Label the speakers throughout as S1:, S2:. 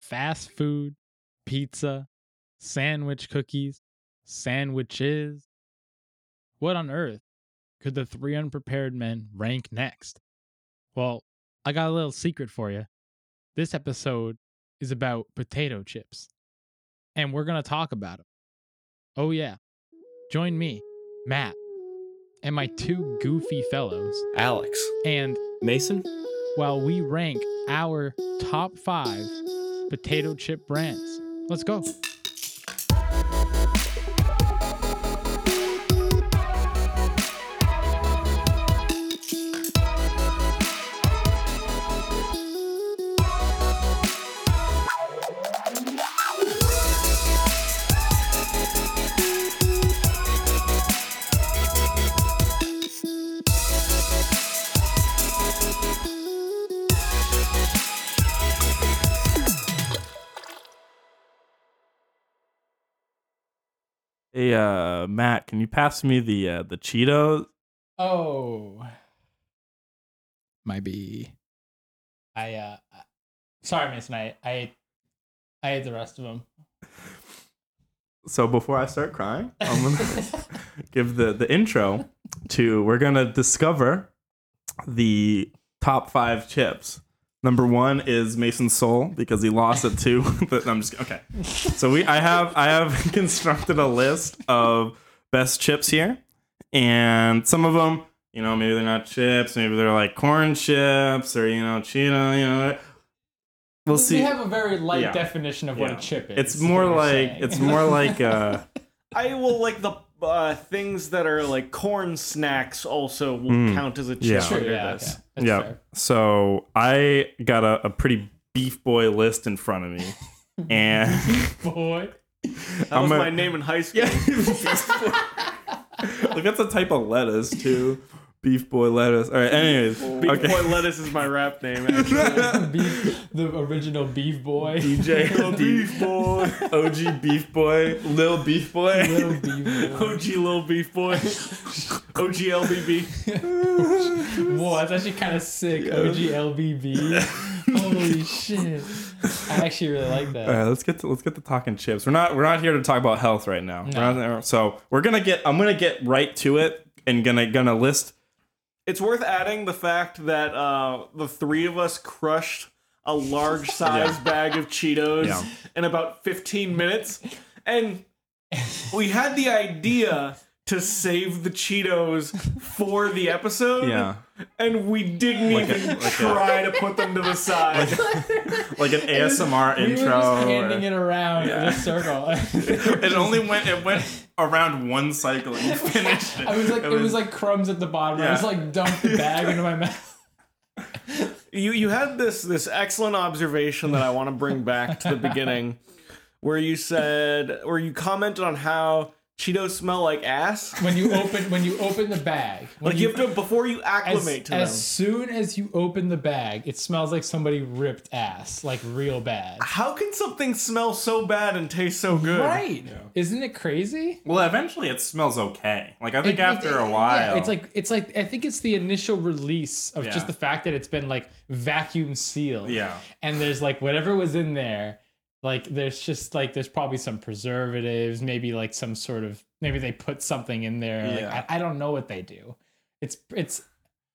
S1: fast food, pizza, sandwich cookies, sandwiches. What on earth could the three unprepared men rank next? Well, I got a little secret for you. This episode is about potato chips, and we're going to talk about them. Oh, yeah. Join me, Matt, and my two goofy fellows,
S2: Alex.
S1: and
S2: Mason?
S1: while we rank our top five potato chip brands. Let's go.
S3: Hey, uh, Matt, can you pass me the uh, the Cheetos?
S1: Oh, might be. I uh, I- sorry, Mason. I I ate, I ate the rest of them.
S3: So before I start crying, I'm gonna give the the intro to we're gonna discover the top five chips. Number one is Mason's soul because he lost it too. but I'm just okay. So we I have I have constructed a list of best chips here, and some of them you know maybe they're not chips, maybe they're like corn chips or you know Cheeto, you know. We'll see.
S1: We have a very light
S3: Yeah.
S1: definition of what a
S3: Yeah.
S1: chip is.
S3: It's
S1: is what
S3: more
S1: you're
S3: like
S1: saying.
S3: it's more like uh
S2: I will like the uh, things that are like corn snacks also will
S3: Mm,
S2: count as a chip
S3: yeah.
S1: Sure,
S2: under
S1: yeah,
S2: this.
S1: okay. That's
S3: yeah.
S1: fair.
S3: So I got a, a pretty beef boy list in front of me, and
S1: Boy,
S2: That was my name in high school.
S3: Yeah, like that's a type of lettuce too, beef boy lettuce. All right. Anyways,
S2: Beef
S3: okay.
S2: Boy Lettuce is my rap name. Actually.
S1: beef, the original beef boy,
S3: DJ Beef Boy, OG Beef Boy, Lil Beef Boy,
S1: little beef boy.
S2: OG Lil Beef Boy. OG LBB.
S1: Whoa, that's actually kind of sick. OG LBB. Holy shit! I actually really like that.
S3: All right, let's get to let's get to talking chips. We're not we're not here to talk about health right now. We're not there- so we're gonna get I'm gonna get right to it and gonna gonna list.
S2: It's worth adding the fact that uh, the three of us crushed a large size bag of Cheetos
S3: Yeah.
S2: in about 15 minutes. And we had the idea to save the Cheetos for the episode.
S3: Yeah,
S2: And we didn't
S3: Like a-
S2: even
S3: like a-
S2: try to put them to the side.
S3: like an ASMR
S1: we
S3: intro.
S1: were just
S3: or-
S1: handing it around in a
S3: Yeah.
S1: circle.
S3: it only went it went around one cycle and you finished it.
S1: I was like, it was, like crumbs at the bottom. I
S3: Yeah.
S1: just like dumped the bag into my mouth.
S2: you you had this this excellent observation that I want to bring back to the beginning, where you said where you commented on how Cheetos smell like ass.
S1: When you open, when you open the bag, when
S2: Like you have to before you acclimate to
S1: as
S2: them.
S1: soon as you open the bag, it smells like somebody ripped ass, like real bad.
S2: How can something smell so bad and taste so good?
S1: Right? Isn't it crazy?
S3: well, eventually it smells okay. Like I think
S1: It-
S3: after
S1: it-
S3: a
S1: yeah,
S3: while,
S1: it's like it's like I think it's the initial release of
S3: Yeah.
S1: just the fact that it's been like vacuum sealed.
S3: yeah,
S1: and there's like whatever was in there like there's just like there's probably some preservatives maybe like some sort of maybe they put something in there
S3: Yeah.
S1: like I, I don't know what they do it's it's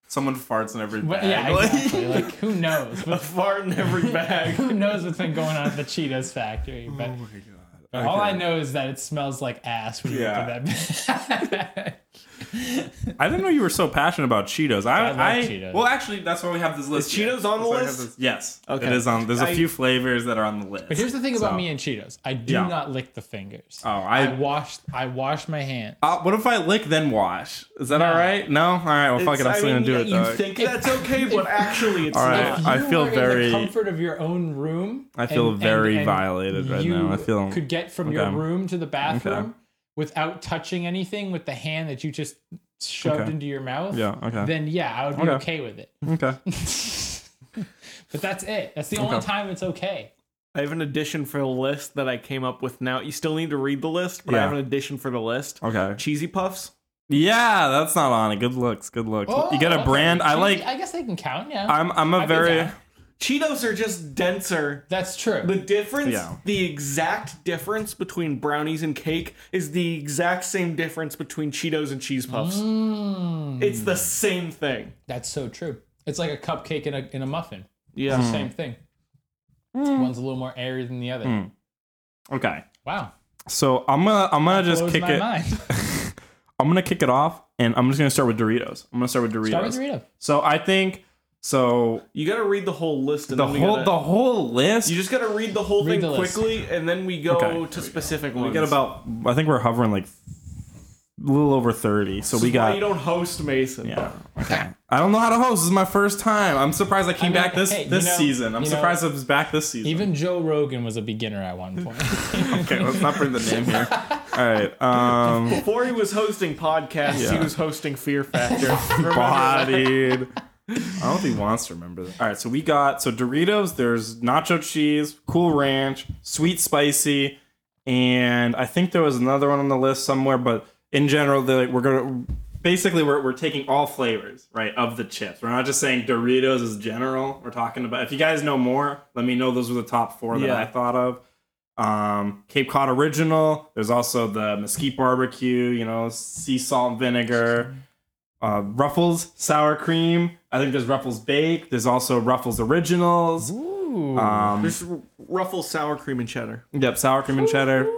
S3: someone farts in every
S1: but
S3: bag.
S1: yeah
S3: Like-
S1: exactly like who knows
S2: A
S1: But
S2: fart in every bag.
S1: who knows what's been going on at the cheetos factory but
S3: oh my god.
S1: but all I
S3: Okay.
S1: know is that it smells like ass when you
S3: Yeah.
S1: open that bag.
S3: I didn't know you were so passionate about Cheetos. I,
S1: I love
S3: I-
S1: Cheetos.
S3: Well, actually, that's why we have this list.
S2: Cheetos
S3: here.
S2: on the
S3: That's why we have
S2: list?
S3: this- Yes.
S2: Okay.
S3: It is on. There's a
S2: I-
S3: few flavors that are on the list.
S1: But here's the thing about
S3: So-
S1: me and Cheetos. I do
S3: Yeah.
S1: not lick the fingers.
S3: Oh,
S1: I,
S3: I.
S1: wash I wash my hand.
S3: Uh, what if I lick then wash? Is that all right? No. All right. Well, fuck
S2: It's-
S3: it. I'm still
S2: mean,
S3: gonna do it
S2: You
S3: though.
S2: think that's okay, but actually it's
S3: All right.
S2: not.
S1: If
S3: I
S1: you
S3: feel
S1: were in
S3: very-
S1: the comfort of your own room.
S3: I feel very violated right now.
S1: you
S3: I feel-
S1: could get from your
S3: okay.
S1: room to the bathroom
S3: Okay.
S1: without touching anything with the hand that you just shoved
S3: Okay.
S1: into your mouth.
S3: Yeah. Okay.
S1: Then yeah, I would be okay,
S3: Okay.
S1: with it.
S3: okay.
S1: But that's it. That's the only
S3: Okay.
S1: time it's okay.
S2: I have an addition for the list that I came up with now. You still need to read the list, but I
S3: Yeah.
S2: have an addition for the list.
S3: Okay.
S2: Cheesy puffs.
S3: Yeah, that's not on it. Good looks, good looks. you get a
S1: Oh, okay.
S3: brand. I
S1: Cheesy-
S3: like.
S1: I guess they can count now.
S3: I'm I'm a
S1: I can
S3: very
S1: tell.
S2: Cheetos are just denser.
S1: That's true.
S2: The difference,
S3: Yeah.
S2: the exact difference between brownies and cake is the exact same difference between Cheetos and cheese puffs.
S1: Mm,
S2: It's the same thing.
S1: that's so true. It's like a cupcake and a, and a muffin.
S2: Yeah.
S3: Mm.
S1: Same thing. One's a little more airy than the other.
S3: Mm. Okay.
S1: Wow.
S3: So I'm gonna I'm gonna just
S1: Blows
S3: kick
S1: my
S3: it.
S1: mind.
S3: I'm gonna kick it off, and I'm just gonna start with Doritos. I'm gonna start with Doritos.
S1: Start with Dorito.
S3: So I think so
S2: You got to read the whole list and
S3: the
S2: then we
S3: whole
S2: gotta-
S3: the whole list.
S2: You just got to read the whole
S1: Read
S2: thing
S1: the list.
S2: quickly and then we go
S3: Okay. Here we
S2: to specific
S3: we
S2: ones.
S3: get about I think we're hovering like a little over thirty. So we
S2: That's why
S3: got
S2: you don't host Mason.
S3: Yeah. Okay. I don't know how to host. This is my first time. I'm surprised I came
S1: mean,
S3: back this
S1: hey, you
S3: this
S1: know-
S3: season. I'm
S1: you know-
S3: surprised I was back this season.
S1: Even Joe Rogan was a beginner at one point.
S3: okay, let's not bring the name here. All right. Um,
S2: Before he was hosting podcasts, he
S3: Yeah.
S2: was hosting Fear Factor. Remember that?
S3: bodied. I don't think he wants to remember that. All right, so we got so Doritos. There's nacho cheese, Cool Ranch, sweet spicy, and I think there was another one on the list somewhere. But in general, they're like, we're gonna basically we're, we're taking all flavors right of the chips. We're not just saying Doritos is general. We're talking about if you guys know more, let me know. Those were the top four that
S2: Yeah.
S3: I thought of. Um, Cape Cod original. There's also the mesquite barbecue. You know, sea salt and vinegar uh, Ruffles sour cream. I think there's Ruffles bake. There's also Ruffles originals.
S1: Ooh.
S3: Um,
S2: There's Ruffles sour cream and cheddar.
S3: yep, sour cream and cheddar.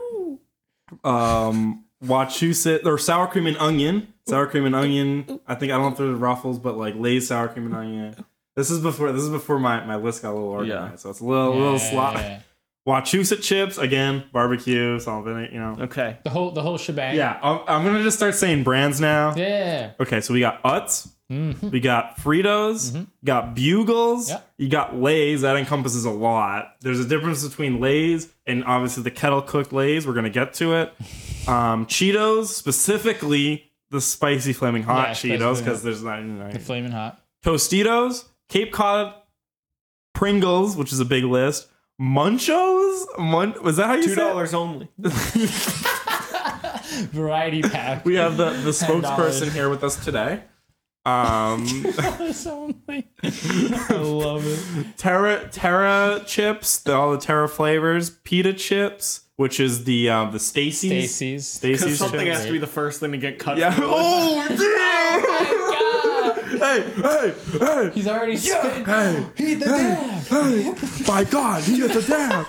S3: Um, Wachusett or sour cream and onion. Sour cream and onion. I think I don't know if there's Ruffles, but like Lay's sour cream and onion. This is before this is before my, my list got a little organized,
S2: Yeah.
S3: so it's a little little slot.
S1: Yeah.
S3: Wachusett chips again, barbecue, salt, and vinegar, you know.
S2: Okay.
S1: The whole the whole shebang.
S3: Yeah, I'm, I'm gonna just start saying brands now.
S1: Yeah.
S3: Okay, so we got Utz,
S1: Mhm.
S3: we got Fritos, you got Bugles,
S1: Yeah.
S3: you got Lays. That encompasses a lot. There's a difference between Lays and obviously the kettle cooked Lays. We're gonna get to it. Um, Cheetos, specifically the spicy flaming hot
S1: Yeah,
S3: Cheetos,
S1: specifically.
S3: because there's not, not
S1: The flaming hot.
S3: Tostitos, Cape Cod, Pringles, which is a big list. Munchos, Mun- was that how you
S2: Two
S3: said? it?
S2: dollars only.
S1: Variety pack.
S3: We have the, the
S1: $10.
S3: spokesperson here with us today. Um,
S1: Dollars only. I love it.
S3: Terra Terra chips, the, all the Terra flavors, pita chips, which is the um, the Stacy's.
S1: Stacy's.
S2: Because
S3: Stacy's
S2: something
S3: chips.
S2: has to be the first thing to get cut.
S3: yeah.
S2: from the list.
S3: Oh damn! hey, hey, hey!
S1: He's already spitting.
S3: Hey,
S1: He the dab.
S3: hey! My God, he gets a damn!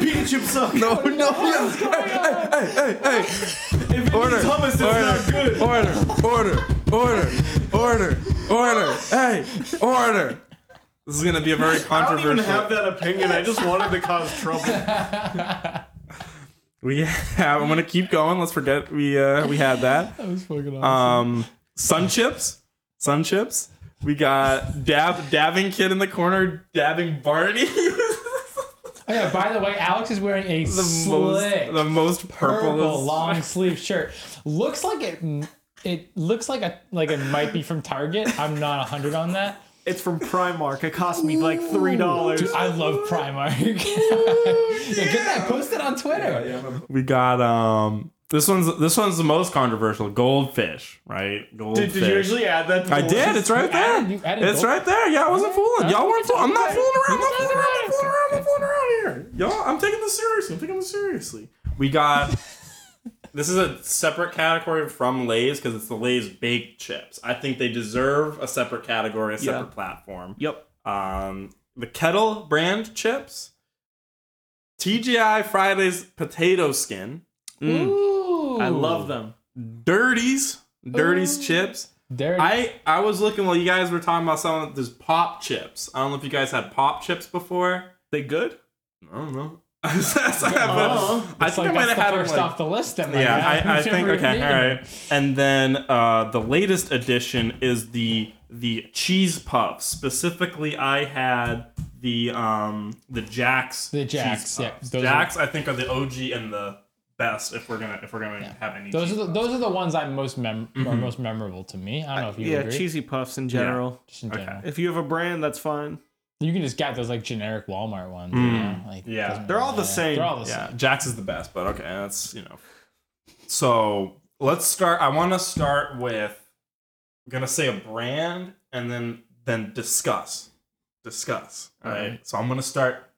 S2: Pita chip suck.
S3: No, no, yeah. hey, hey, hey, hey, hey!
S2: If it's
S3: Order,
S2: hummus, it's
S3: order,
S2: not good.
S3: Order, order, order, order, order! Hey, order! This is gonna be a very
S2: I don't
S3: controversial.
S2: even have that opinion. I just wanted to cause trouble.
S3: We have. I'm gonna keep going. Let's forget we uh, we had that.
S1: That was fucking awesome.
S3: Um, sun chips, sun chips. We got dab dabbing kid in the corner dabbing Barney.
S1: oh yeah. By the way, Alex is wearing a
S3: the
S1: slick
S3: most the most purple,
S1: purple long sleeve shirt. Looks like it. It looks like a like it might be from Target. I'm not hundred on that.
S2: It's from Primark. It cost me like three dollars.
S1: Dude, I love Primark. yeah, get that posted on Twitter.
S3: We got um. This one's this one's the most controversial. Goldfish, right? Goldfish.
S2: Did, did you actually add that? To the
S3: I
S2: list?
S3: did. It's right
S1: You added-
S3: there.
S1: you added
S3: it's
S1: gold-
S3: right there. Yeah, I wasn't fooling. Y'all weren't fooling. I'm not
S1: Okay.
S3: fooling around. I'm not fooling around. I'm not fooling around. I'm not fooling around here. Y'all, I'm taking this seriously. I'm taking this seriously. We got. this is a separate category from Lay's because it's the Lay's baked chips. I think they deserve a separate category, a separate
S2: Yeah.
S3: platform.
S2: Yep.
S3: Um, the Kettle brand chips. TGI Friday's potato skin.
S1: Ooh.
S2: I love them.
S3: Dirties.
S1: Oh.
S3: Dirties chips.
S1: There.
S3: I I was looking while you guys were talking about some of this pop chips. I don't know if you guys had pop chips before.
S2: They good?
S3: I don't know. That's- I have-
S2: Oh.
S3: I
S1: it's
S3: think
S1: like
S3: I might
S1: that's
S3: have
S1: the
S3: had them.
S1: first
S3: like-
S1: off the list. That my
S3: yeah,
S1: guy.
S3: I, I
S1: Who's
S3: think
S1: ever
S3: okay.
S1: eaten
S3: All
S1: them?
S3: right, and then uh, the latest edition is the the cheese puffs. Specifically, I had the um the Jacks.
S1: The Jax, yeah, those are-
S3: Jacks. I think are the OG and the best if we're gonna if we're gonna have any.
S1: Those are
S3: cheese
S1: the
S3: puffs.
S1: those are the ones I'm most mem- are
S3: Mm-hmm.
S1: most memorable to me. I don't know if you
S2: yeah,
S1: agree.
S2: cheesy puffs in general.
S1: Just in general.
S2: If you have a brand, that's fine.
S1: You can just get those like generic Walmart ones. you know, like,
S3: Mm. Yeah.
S1: doesn't
S2: They're all the
S1: matter.
S2: same.
S1: They're all the
S3: Yeah, Jax is the best, but okay, that's you know. So let's start. I want to start with. I'm gonna say a brand and then then discuss discuss. All
S2: Okay.
S3: right. So I'm gonna start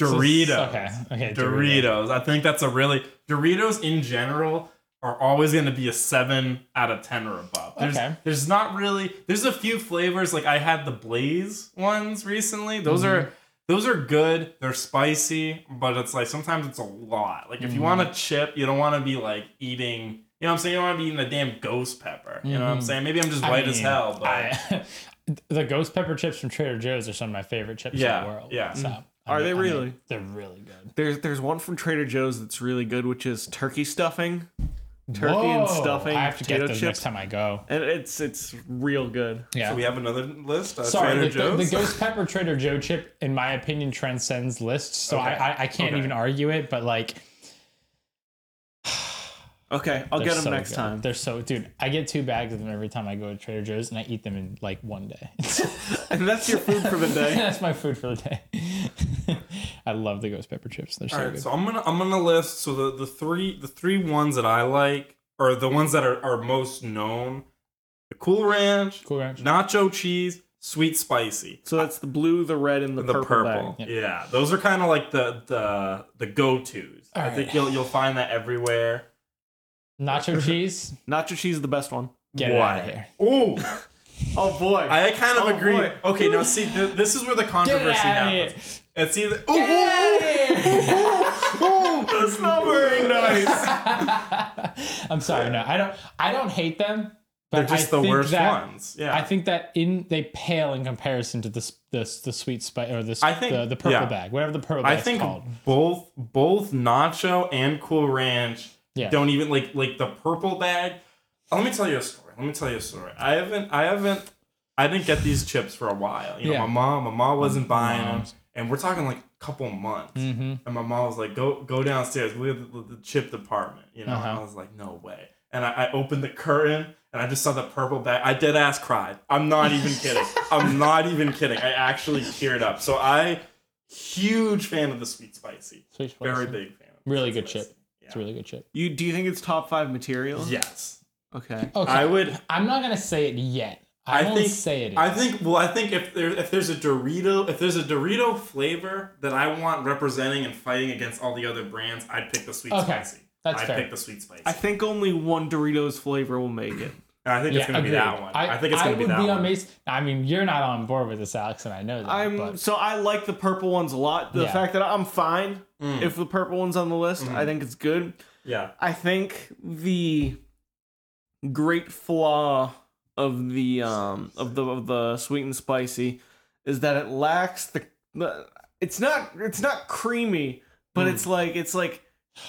S1: So-
S3: Doritos.
S1: okay. Okay. Dorito.
S3: Doritos. I think that's a really Doritos in general are always going to be a seven out of ten or above. There's,
S1: Okay.
S3: There's not really. There's a few flavors like I had the Blaze ones recently. Those are those are good. They're spicy, but it's like sometimes it's a lot. Like if you
S1: Mm-hmm.
S3: want a chip, you don't want to be like eating. You know what I'm saying? You don't want to be eating a damn ghost pepper. You know what I'm
S1: Mhm.
S3: saying? Maybe I'm just
S1: I
S3: white as
S1: mean,
S3: hell, but
S1: I, the ghost pepper chips from Trader Joe's are some of my favorite chips
S3: Yeah,
S1: in the world.
S3: yeah.
S1: So, I
S2: Mm. Are
S1: mean-
S2: they
S1: I mean,
S2: really?
S1: they're really good.
S2: There's there's one from Trader Joe's that's really good, which is turkey stuffing, turkey and
S1: Whoa,
S2: stuffing,
S1: I have to get
S2: potato
S1: those next
S2: chips,
S1: time I go.
S2: and it's it's real good.
S1: Yeah.
S3: so we have another list. Uh,
S1: Sorry,
S3: Trader
S1: the, the- the
S3: Joe's.
S1: Ghost Pepper Trader Joe chip, in my opinion, transcends lists. So
S3: Okay.
S1: I, I, I can't
S3: Okay.
S1: even argue it. But like,
S2: Okay, I'll
S1: they're
S2: get them
S1: so
S2: next
S1: good.
S2: time.
S1: They're so dude. I get two bags of them every time I go to Trader Joe's, and I eat them in like one day.
S2: And that's your food for the day.
S1: That's my food for the day. I love the ghost pepper chips. They're so
S3: All right,
S1: good.
S3: so I'm gonna I'm gonna list so the, the three the three ones that I like are the ones that are, are most known: the Cool Ranch,
S1: cool ranch.
S3: Nacho Cheese, Sweet Spicy,
S2: So that's the blue, the red, and the,
S3: and the
S2: purple.
S3: purple.
S2: bag.
S1: Yep.
S3: Yeah, those are kind of like the the the go tos.
S1: All
S3: I
S1: right.
S3: think you'll you'll find that everywhere.
S1: Nacho cheese.
S2: Nacho cheese is the best one.
S1: Get it out of here.
S3: Oh,
S2: Oh boy.
S3: I kind of
S2: Oh,
S3: agree.
S2: boy.
S3: Okay, now see, th- this is where the
S1: Get
S3: controversy
S1: it out of
S3: happens.
S1: here.
S3: It's either ooh, ooh, ooh, ooh,
S2: that's not very nice.
S1: I'm sorry. No, I don't. I don't hate them. But
S3: they're just
S1: I
S3: the
S1: think
S3: worst
S1: that,
S3: ones. Yeah,
S1: I think that in they pale in comparison to this this the sweet spice or this
S3: I think-
S1: the, the purple
S3: yeah.
S1: bag, whatever the purple
S3: I
S1: bag's
S3: think
S1: called.
S3: both both Nacho and Cool Ranch
S1: Yeah.
S3: don't even like like the purple bag. Let me tell you a story. Let me tell you a story. I haven't I haven't I didn't get these chips for a while. You know,
S1: Yeah.
S3: my mom my mom wasn't buying them,
S1: Moms.
S3: and we're talking like a couple months.
S1: Mm-hmm.
S3: And my mom was like, "Go go downstairs. We have the, the chip department." You know,
S1: Uh-huh.
S3: and I was like, "No way." And I, I opened the curtain and I just saw the purple bag. I dead ass cried. I'm not even kidding. I'm not even kidding. I actually teared up. So I, huge fan of the sweet spicy.
S1: Sweet spice.
S3: Very big fan. of the
S1: Really
S3: Sweet
S1: good
S3: Spicy.
S1: chip. It's a really good chip.
S2: You do you think it's top five material?
S3: Yes,
S2: Okay.
S1: Okay.
S3: I would.
S1: I'm not gonna say it yet. I,
S3: I
S1: won't
S3: think-
S1: say it.
S3: I
S1: is.
S3: think. Well, I think if there if there's a Dorito if there's a Dorito flavor that I want representing and fighting against all the other brands, I'd pick the sweet
S1: Okay.
S3: spicy.
S1: That's
S3: I'd
S1: fair.
S3: pick the sweet spicy.
S2: I think only one Doritos flavor will make it.
S3: And I think it's gonna be
S1: agreed.
S3: that one. I, think it's gonna be
S1: would
S3: that
S1: be
S3: one.
S1: amazed. I mean, you're not on board with this, Alex, and I know that.
S2: I'm
S1: but
S2: so I like the purple ones a lot. The
S1: Yeah. Mm. Mm-hmm.
S2: fact that I'm fine if the purple one's on the list, I think it's good.
S3: Mm. Yeah.
S2: I think the great flaw of the um of the of the sweet and spicy is that it lacks the, the it's not it's not creamy, but it's like it's like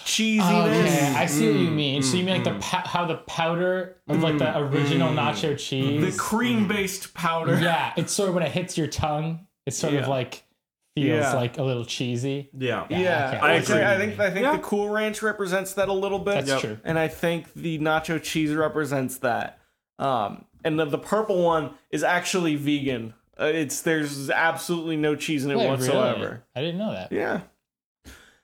S2: cheesiness.
S1: Mm. Oh, yeah, I see what you
S3: Mm, mm.
S1: mean. so you mean like the pow- how the powder of like the original nacho
S2: The
S1: cheese?
S2: cream based powder.
S1: yeah, it's sort of when it hits your tongue, it's sort
S2: Yeah.
S1: of like feels
S2: Yeah.
S1: like a little cheesy.
S3: Yeah.
S2: Yeah,
S1: okay.
S2: I,
S1: I
S2: think-
S1: agree.
S2: I think I think
S3: Yeah.
S2: the Cool Ranch represents that a little bit.
S1: That's Yep. true.
S2: And I think the nacho cheese represents that. Um, and the, the purple one is actually vegan. Uh, it's there's absolutely no cheese in it
S1: Wait, really?
S2: whatsoever.
S1: I didn't know that.
S2: Yeah.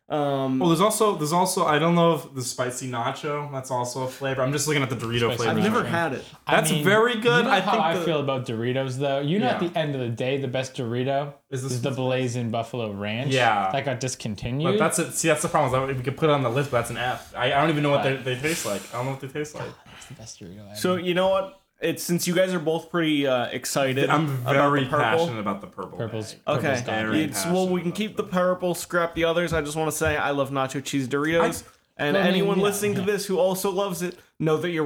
S2: Um,
S3: Well, there's also there's also I don't know if the spicy nacho that's also a flavor. I'm just looking at the Dorito
S1: Spicy
S3: flavor.
S2: I've
S1: there's-
S2: never had it.
S1: I
S3: That's
S1: mean,
S3: very good.
S1: You know
S3: I
S1: how
S3: think
S1: I
S3: the-
S1: feel about Doritos though. You know,
S3: Yeah.
S1: at the end of the day, the best Dorito
S3: Is
S1: is,
S3: this-
S1: the Blazing Buffalo Ranch.
S3: Yeah.
S1: that got discontinued.
S3: But that's it. See, that's the problem. Is that we could put it on the list, but that's an F. I, I don't even know what they, they taste like. I don't know what they taste like.
S1: That's the best Dorito. I've
S2: So you know what? It's since you guys are both pretty uh, excited.
S3: I'm
S2: about the
S3: very
S2: purple.
S3: passionate about the purple.
S1: Purple's,
S3: bag.
S1: purple's
S2: Okay,
S1: gone.
S3: Very
S2: it's well.
S3: passionate
S2: We can
S3: about
S2: keep the
S3: them.
S2: purple, scrap the others. I just want to say I love nacho cheese Doritos, and
S1: Well, I mean,
S2: anyone
S1: yeah,
S2: listening
S1: yeah.
S2: to this who also loves it, know that you're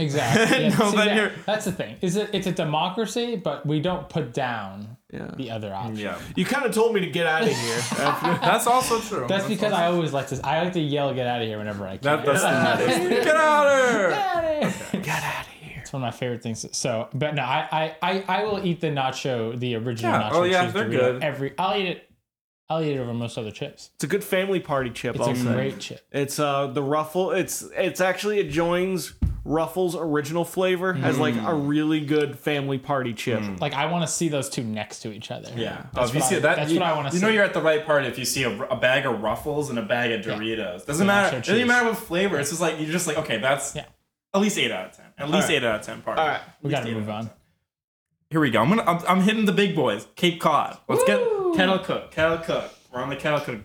S1: Exactly. Yeah,
S3: No,
S1: see
S3: but
S1: that-
S3: you're-
S1: that's the thing. Is it? It's a democracy, but we don't put down
S2: Yeah.
S1: the other option.
S3: Yeah.
S2: You kind of told me to get out of here. after-
S3: That's also true.
S1: That's because I always like to. I like to yell, "Get out of here!" whenever I can.
S3: That, that's the Get out of here!
S2: get out of here.
S1: It's one of my favorite things. So, but no, I, I, I, I will eat the nacho, the original
S3: Yeah.
S1: nacho
S3: Oh, yeah,
S1: cheese
S3: they're
S1: Dorito
S3: good.
S1: Every, I'll eat it. I'll eat it over most other chips.
S2: It's a good family party chip.
S1: It's
S2: I'll
S1: a
S2: say.
S1: great chip.
S2: It's uh the ruffle. It's it's actually it joins Ruffles original flavor as like a
S3: Mm.
S2: really good family party chip.
S1: Like I want to see those two next to each other.
S3: Yeah,
S1: That's
S3: Oh, if you
S1: what
S3: see
S1: I-
S3: that,
S1: that's
S3: you,
S1: what I wanna
S3: You know,
S1: see.
S3: you're at the right part if you see a, a bag of Ruffles and a bag of
S1: Yeah.
S3: Doritos. Doesn't
S1: Yeah,
S3: matter.
S1: nacho
S3: Doesn't
S1: cheese.
S3: even matter what flavor. It's just like you're just like okay, that's
S1: Yeah.
S3: at least eight out of ten. At least
S2: right.
S3: eight out of ten. Part.
S2: All right.
S1: We gotta move on.
S3: Here we go. I'm gonna. I'm, I'm hitting the big boys. Cape Cod. Let's get kettle cook. Kettle cook. We're on the kettle cook.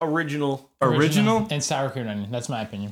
S2: Original.
S3: Original.
S1: and sour cream and onion. That's my opinion.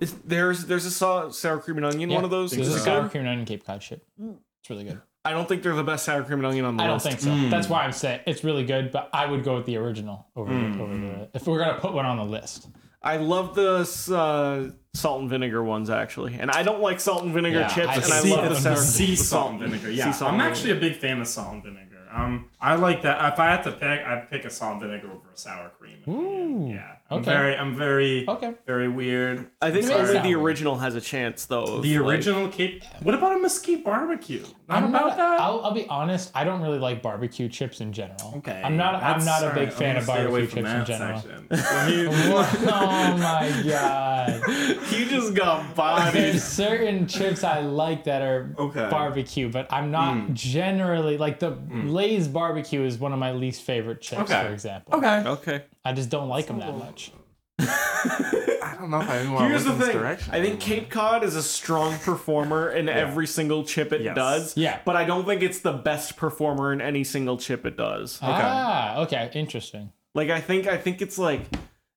S2: Is- There's there's a sau- sour cream and onion.
S1: Yeah.
S2: One of those.
S1: This
S2: is
S1: is
S2: good.
S1: sour cream and onion Cape Cod shit. It's really good.
S2: I don't think they're the best sour cream and onion on the
S1: I don't
S2: list.
S1: think so.
S3: Mm.
S1: That's why I'm saying it's really good, but I would go with the original over
S3: Mm.
S1: the, over the. If we're gonna put one on the list,
S2: I love the uh, salt and vinegar ones actually, and I don't like salt and vinegar
S1: Yeah,
S2: chips,
S1: I
S2: and I
S1: see
S2: love the
S1: them.
S2: sour
S3: sea
S2: the
S3: salt and vinegar. Yeah,
S2: sea salt
S3: I'm
S2: and
S3: actually a big fan of salt and vinegar. Um, I like that. If I had to pick, I'd pick a salt and vinegar over a sour cream.
S1: Ooh,
S3: yeah, I'm
S1: okay.
S3: very, I'm very,
S1: okay.
S3: very weird.
S2: I think
S1: It makes
S2: only the
S1: sense.
S2: original has a chance though. of,
S3: The
S2: like-
S3: original Cape. What about a mesquite barbecue? Not
S1: I'm
S3: about
S1: not,
S3: that.
S1: I'll, I'll be honest. I don't really like barbecue chips in general.
S3: okay,
S1: I'm not. I'm
S3: that's-
S1: not a big fan
S3: sorry, I'm
S1: of
S3: gonna stay away
S1: barbecue
S3: from
S1: chips in
S3: that
S1: general.
S3: section. Let me-
S1: oh my god.
S2: You just got bodied.
S1: There's certain chips I like that are
S3: Okay. Mm.
S1: barbecue, but I'm not generally like the Lay's barbecue is one of my least favorite chips,
S3: Okay.
S1: for example.
S3: okay.
S2: okay.
S1: I just don't like them that much.
S3: I don't know if I even want
S2: Here's
S3: to
S2: the
S3: look in this
S2: thing.
S3: direction.
S2: I think Cape Cod is a strong performer in every single chip it
S3: Yes.
S2: does.
S1: Yeah.
S2: But I don't think it's the best performer in any single chip it does.
S3: Uh-huh.
S1: Ah, okay, interesting.
S2: Like I think I think it's like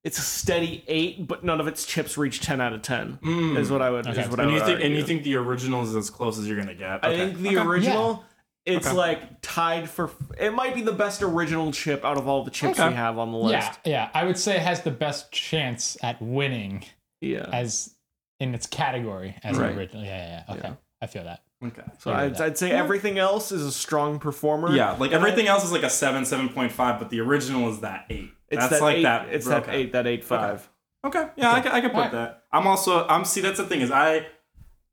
S2: it's a steady eight, but none of its chips reach ten out of ten. Is what I would.
S1: Okay.
S2: Is what I
S3: Hmm. Mm. And
S2: would
S3: you think, and
S2: argue.
S3: you think the original is as close as you're gonna get?
S2: I
S3: Okay.
S2: think the original. It's like tied for. It might be the best original chip out of all the chips
S3: Okay.
S2: we have on the list.
S1: Yeah, yeah. I would say it has the best chance at winning
S2: Yeah.
S1: as in its category as
S2: Right.
S1: original. Yeah, yeah, yeah. Okay,
S2: Yeah. I
S1: I feel that.
S3: Okay.
S2: so I'd, I'd say everything else is a strong performer.
S3: Yeah, like everything else is like a seven, seven point five, but the original is that eight.
S2: It's
S3: that's
S2: that
S3: like
S2: eight,
S3: that.
S2: It's
S3: okay.
S2: that eight. That eight five.
S3: Okay, yeah, I can, I can put
S1: Alright.
S3: that. I'm also I'm see that's the thing is I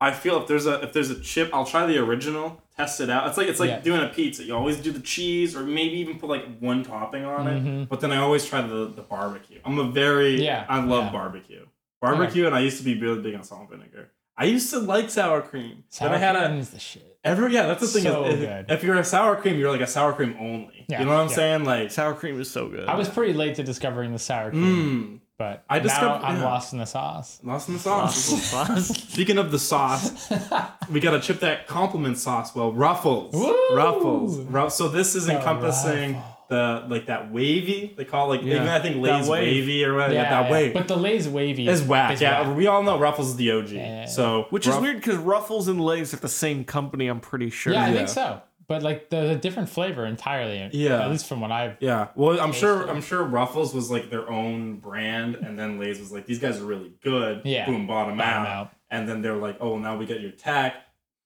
S3: I feel if there's a if there's a chip, I'll try the original, test it out. It's like it's like
S1: Yeah.
S3: doing a pizza. You always do the cheese or maybe even put like one topping on it. But then I always try the the barbecue. I'm a very
S1: Yeah,
S3: I love
S1: yeah.
S3: barbecue. Barbecue and I used to be really big on salt and vinegar. I used to like sour cream.
S1: Sour
S3: then I had a
S1: cream is the shit.
S3: Every yeah, that's the thing.
S1: So
S3: is, if,
S1: good.
S3: if you're a sour cream, you're like a sour cream only.
S1: Yeah,
S3: you know what I'm
S1: yeah.
S3: saying? Like,
S2: Sour cream is so good.
S1: I was pretty late to discovering the sour cream,
S3: mm,
S1: but
S3: I
S1: I now
S3: discovered-
S1: I'm
S3: yeah.
S1: lost in the sauce.
S3: lost in the sauce.
S2: Sauce.
S3: Speaking of the sauce, we got to chip that compliment sauce. Well, ruffles,
S1: Woo!
S3: ruffles. Ru- so this is encompassing
S1: ruffle.
S3: the like that wavy. They call like even I think
S2: That
S3: Lay's
S2: wave.
S3: wavy or whatever. that wave
S1: But the Lay's wavy
S3: is whack. yeah,
S1: whack.
S3: we all know ruffles is the OG. So
S2: Which is
S3: Ruff-
S2: weird because Ruffles and Lay's are the same company, I'm pretty sure.
S1: Yeah, I
S3: Yeah.
S1: think so. But like the, the different flavor entirely.
S3: Yeah.
S1: At least from what I've.
S3: Yeah. Well, I'm sure I'm sure Ruffles was like their own brand and then Lay's was like these guys are really good.
S1: Yeah.
S3: Boom, bottom,
S1: Bottom
S3: out.
S1: out.
S3: And then they're like, "Oh, now we got your tack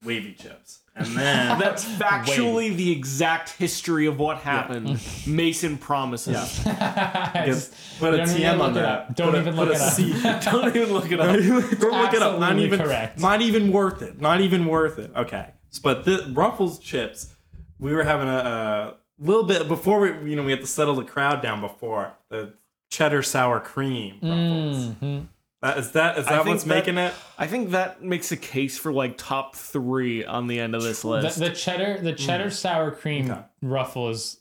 S3: wavy chips." And then
S2: That's factually the exact history of what happened. Mason promises.
S1: It's-
S3: put a
S1: don't even
S3: TM
S1: look
S3: on
S1: it
S3: that.
S1: up. Don't
S3: Put a-
S1: even
S3: put
S1: look
S3: a
S1: it up.
S3: C.
S2: Don't even look it
S3: Don't
S2: up.
S3: look it up. Not
S1: Absolutely
S3: even
S1: correct.
S3: Not even worth it. Not even worth it. Okay. But the Ruffles chips, we were having a, a little bit before we you know we had to settle the crowd down before the cheddar sour cream Ruffles.
S1: Mhm.
S3: That is that is
S2: I
S3: that
S2: think
S3: what's
S2: that-
S3: making it?
S2: I think that makes a case for like top three on the end of this
S1: The,
S2: list.
S1: the cheddar, the cheddar sour cream
S3: Mm. Okay.
S1: ruffle is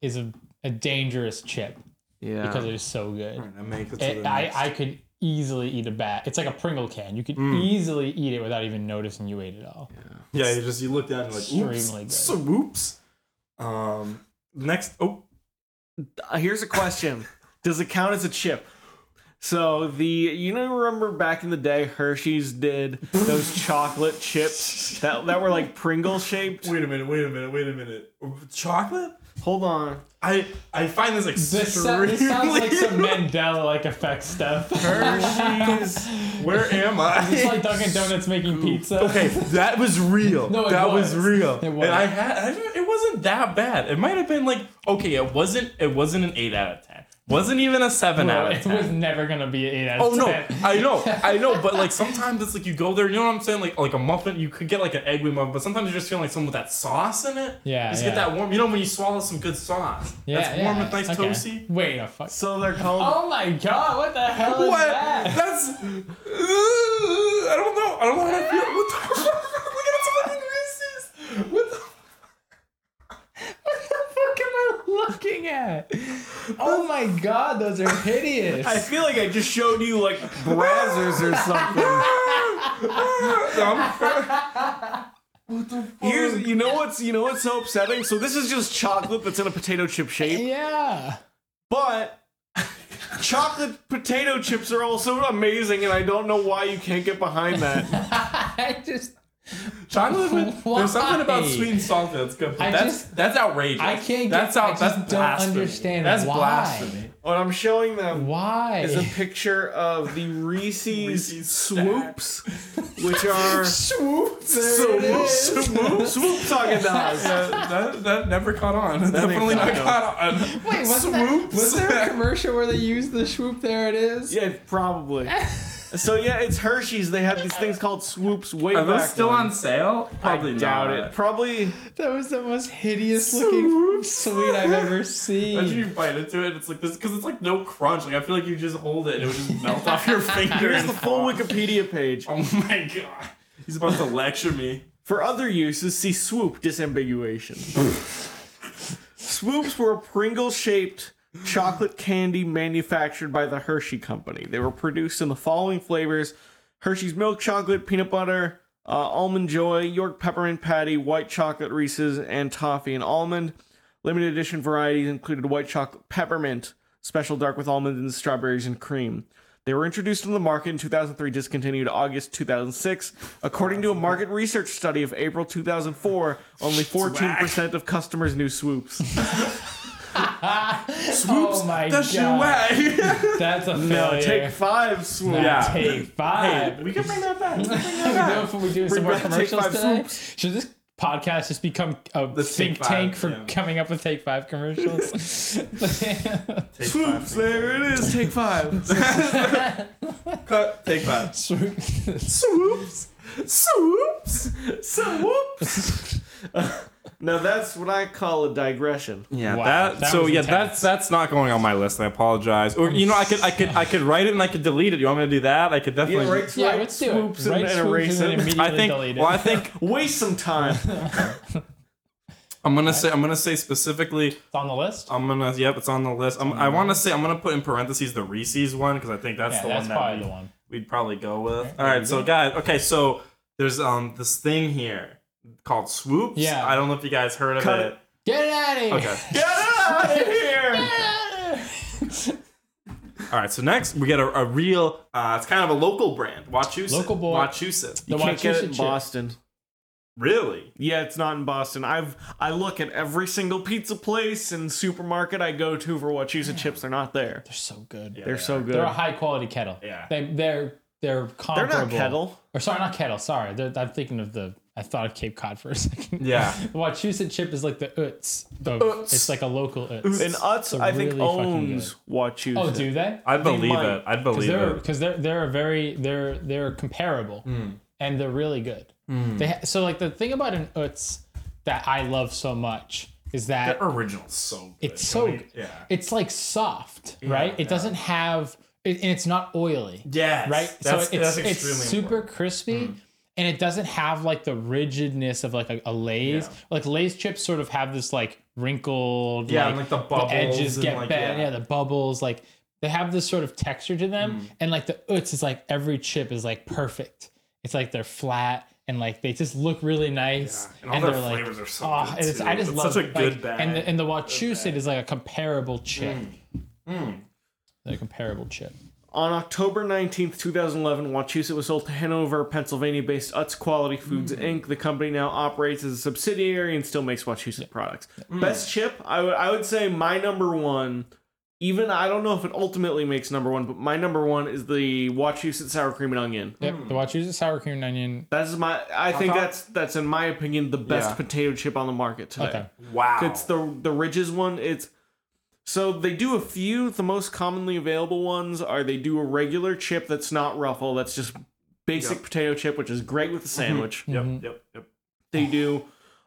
S1: is a, a dangerous chip
S2: yeah.
S1: because it is so good.
S3: That makes it to
S1: It,
S3: the
S1: Eh, I
S3: next.
S1: I could easily eat a bat. It's like a Pringle can. You could easily eat it without even noticing you ate it all.
S3: Mm. yeah, you just you look down and like oops,
S1: Extremely good.
S3: so whoops. Um, next, oh,
S2: Uh, here's a question Does it count as a chip? So the you know remember back in the day Hershey's did those chocolate chips that that were like Pringle shaped.
S3: wait a minute, wait a minute, wait a minute, chocolate.
S2: Hold on,
S3: I I find this
S1: This, so-
S3: extremely.
S1: this sounds like some Mandela like effect stuff.
S2: Hershey's.
S3: Where am I?
S1: It's like Dunkin' Donuts making pizza.
S3: okay, that was real.
S1: No, it
S3: that was,
S1: was.
S3: real.
S1: It was.
S3: And I had I, don't- it wasn't that bad. It might have been like okay, it wasn't it wasn't an eight out of ten. Wasn't even a seven out of
S1: it
S3: ten.
S1: was never gonna be an eight out
S3: Oh
S1: of
S3: no,
S1: ten.
S3: I know, I know, but like sometimes it's like you go there, you know what I'm saying? Like like a muffin, you could get like an egg with muffin, but sometimes you're just feeling like something with that sauce in it.
S1: Yeah,
S3: just get
S1: yeah.
S3: that warm. You know when you swallow some good sauce,
S1: Yeah,
S3: that's warm
S1: yeah,
S3: and nice
S1: okay.
S3: toasty.
S1: Wait a fuck.
S2: So they're called.
S1: Oh my god, what the hell is
S3: What?
S1: that?
S3: That's uh, I don't know. I don't know how I feel. What the Look at its fucking Reese's. What the
S1: What the fuck am I looking at? Oh my god, those are hideous.
S2: I feel like I just showed you like Brazzers or something.
S3: I'm-
S2: Here's you know what's you know what's so upsetting. So this is just chocolate that's in a potato chip shape,
S1: Yeah.
S2: but chocolate potato chips are also amazing, and I don't know why you can't get behind that.
S1: I just
S3: Chocolate with
S1: Why?
S3: there's something about sweet and salty that's good. For
S1: I
S3: you. that's
S1: just-
S3: that's outrageous.
S1: I can't get-
S3: that's out.
S1: I just
S3: that's
S1: don't
S3: blasphemy.
S1: understand
S3: That's
S1: why.
S3: blasphemy.
S2: What I'm showing them
S1: why?
S2: is a picture of the Reese's,
S3: Reese's
S2: swoops, which are
S1: swoop.
S3: So
S2: swoop swoop talking dogs.
S3: that, that, that never caught on. Definitely
S2: caught
S3: not caught on.
S1: Wait, was that,
S3: Swoops.
S1: was there a commercial where they used the swoop? There it is.
S2: Yeah, probably. So yeah, it's Hershey's. They have these things called swoops. Way
S3: Are
S2: back
S3: those still
S2: when.
S3: on sale? Probably
S2: I doubt
S3: not.
S2: it. Probably.
S1: That was the most hideous looking sweet I've ever
S3: Imagine
S1: seen.
S3: you bite into it, it's like this because it's like no crunch. Like I feel like you just hold it and it would just melt off your finger.
S2: Here's
S3: and
S2: the
S3: fall.
S2: full Wikipedia page.
S3: Oh my god, he's about to lecture me.
S2: For other uses, see swoop disambiguation. Swoops were a Pringle shaped chocolate candy manufactured by the Hershey Company. They were produced in the following flavors Hershey's milk chocolate, peanut butter, uh, almond joy, York peppermint patty, white chocolate Reese's, and toffee and almond. Limited edition varieties included white chocolate peppermint, special dark with almonds and strawberries and cream. They were introduced on the market in 2003, discontinued August 2006. According to a market research study of April 2004, only 14% of customers knew swoops.
S3: Swoops,
S1: Oh my
S3: that's
S1: God.
S3: your way.
S1: That's a failure.
S2: No, take five swoops.
S3: Yeah.
S1: Take five.
S3: we can bring that back. We can bring
S1: You
S3: that
S1: know if
S3: back.
S1: we're doing some more
S2: back Take
S1: commercials
S2: Five
S1: today? Should this podcast just become a think
S3: Take Five,
S1: tank for
S3: yeah.
S1: coming up with Take Five commercials?
S3: Take five.
S2: Swoops, there it is. Take five.
S3: Cut. Take five.
S1: Swoop.
S3: Swoops, swoops, swoops.
S2: now that's what I call a digression.
S3: Yeah,
S1: Wow,
S3: that,
S1: that
S3: so
S1: was
S3: yeah,
S1: intense.
S3: that's that's not going on my list. I apologize. Or you know, I could I could I could write it and I could delete it. You want me to do that? I could definitely.
S2: Yeah, right.
S1: yeah,
S2: right
S1: let's do
S2: swoops
S1: it. Right
S2: and,
S1: swoops
S2: and
S1: and
S2: erase
S1: then
S2: it.
S1: immediately
S3: I think.
S1: delete it.
S3: Well, I think
S2: Waste some time.
S3: I'm gonna say I'm gonna say specifically.
S1: it's on the list.
S2: Oh,
S3: I'm gonna. Yep, it's on the list. I'm, I want to say I'm gonna put in parentheses the Reese's one because I think that's
S1: yeah,
S3: the
S1: that's
S3: one that
S1: probably
S3: we-
S1: the one.
S3: we'd probably go with. All right, so guys, okay, so there's um this thing here called swoops.
S1: Yeah.
S3: I don't know if you guys heard of
S2: Cut
S3: it.
S1: Get it out of here.
S3: Okay.
S2: Get out of here.
S3: All right, so next we get a, a real. Uh, it's kind of a local brand, Wachusett.
S1: Local boy.
S3: Wachusett.
S1: The
S2: You can't get it in
S1: Wachusett chip.
S2: Boston.
S3: Really?
S2: Yeah, it's not in Boston. I've I look at every single pizza place and supermarket I go to for Wachusett chips. They're not there.
S1: They're so good.
S2: They're so good.
S1: They're a high quality kettle.
S3: Yeah.
S1: They they're they're
S2: They're
S1: comparable.
S2: not kettle.
S1: Or sorry, not kettle. Sorry, They're- I'm thinking of the. I thought of Cape Cod for a second.
S3: Yeah.
S1: The Wachusett chip is like the Utz. of-
S3: Utz.
S1: It's like a local Utz.
S2: And Utz,
S1: They're
S2: I think,
S1: really fucking
S2: owns Wachusett.
S1: Oh, do they?
S3: I believe
S2: might,
S3: it. I
S1: Because
S3: believe
S1: they're
S3: it. Hmm.
S1: because they're they're a very they're they're comparable and they're really good. They ha- so like the thing about an Utz that I love so much is that
S3: That original's so good.
S1: It's so good.
S3: Yeah.
S1: It's like soft, right? It doesn't have it, and it's not oily,
S3: Yes.
S1: right?
S3: That's,
S1: so it's
S3: that's
S1: it's
S3: extremely
S1: super
S3: important.
S1: crispy. And it doesn't have like the rigidness of like a, a Lay's.
S3: Yeah.
S1: Like Lay's chips sort of have this like wrinkled,
S3: Yeah, and, like, the bubbles
S1: edges
S3: and,
S1: get
S3: like,
S1: bad.
S3: yeah. Hmm.
S1: Yeah. the bubbles like they have this sort of texture to them. And like the Utz is like every chip is like perfect. It's like they're flat and like they just look really nice.
S3: Yeah, and all their
S1: they're like,
S3: flavors are so
S1: "Ah,"
S3: good,
S1: and it's-
S3: too.
S1: I just
S3: It's
S1: love
S3: such a
S1: it.
S3: good
S1: like,
S3: bag.
S1: And the, and the Wachusett is like a comparable chip.
S3: Hmm.
S1: They're a comparable chip.
S2: On October 19th, 2011, Wachusett was sold to Hanover, Pennsylvania based Utz Quality Foods Inc. The company now operates as a subsidiary and still makes Wachusett products. Best chip? I would I would say my number one, even I don't know if it ultimately makes number one, but my number one is the Wachusett sour cream and onion.
S1: Yep,
S3: Hmm.
S1: the Wachusett sour cream and onion.
S2: That's my I think
S3: thought-
S2: that's that's in my opinion the best
S3: Yeah.
S2: potato chip on the market today.
S1: Okay.
S3: Wow.
S2: It's the the Ridges one. It's so they do a few. The most commonly available ones are they do a regular chip that's not ruffle. That's just basic
S3: Yep. Mm-hmm.
S2: potato chip, which is great with a sandwich.
S3: Yep. Yep. Yep.
S2: They do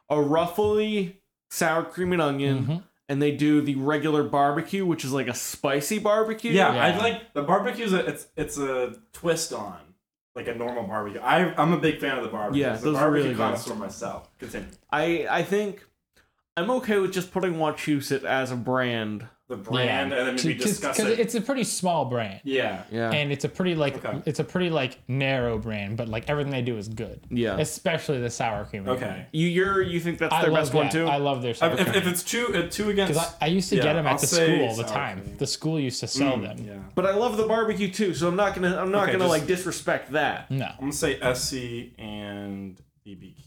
S2: a ruffly sour cream and onion,
S3: Mm-hmm.
S2: and they do the regular barbecue, which is like a spicy barbecue.
S3: Yeah, I
S1: Yeah.
S3: like the barbecue's. A, it's it's a twist on like a normal barbecue. I I'm a big fan of the barbecue.
S2: Yeah,
S3: As a
S2: those are
S3: barbecue
S2: really good.
S3: connoisseur myself. Continue.
S2: I I think I'm okay with just putting Wachusett as a brand.
S3: The brand, and then maybe discuss
S1: because
S3: it.
S1: it's a pretty small brand.
S3: yeah.
S2: Yeah.
S1: And it's a pretty like
S3: Okay.
S1: it's a pretty like narrow brand, but like everything they do is good.
S2: Yeah.
S1: Especially the sour cream. brand.
S3: Okay.
S2: you you're you think that's
S1: I
S2: their
S1: love
S2: best
S1: that.
S2: one too?
S1: I love their sour
S3: If, if-
S1: cream.
S3: if it's two, uh, two against.
S1: Because I, I used to get
S3: Yeah,
S1: them at
S3: I'll
S1: the
S3: say
S1: school all the
S3: sour
S1: time.
S3: cream. Mm,
S1: The school used to sell them.
S3: yeah. I'm
S2: but I love the barbecue too, so I'm not gonna I'm not
S3: Okay,
S2: gonna
S3: just-
S2: like disrespect that.
S1: No.
S3: gonna say SC and BBQ.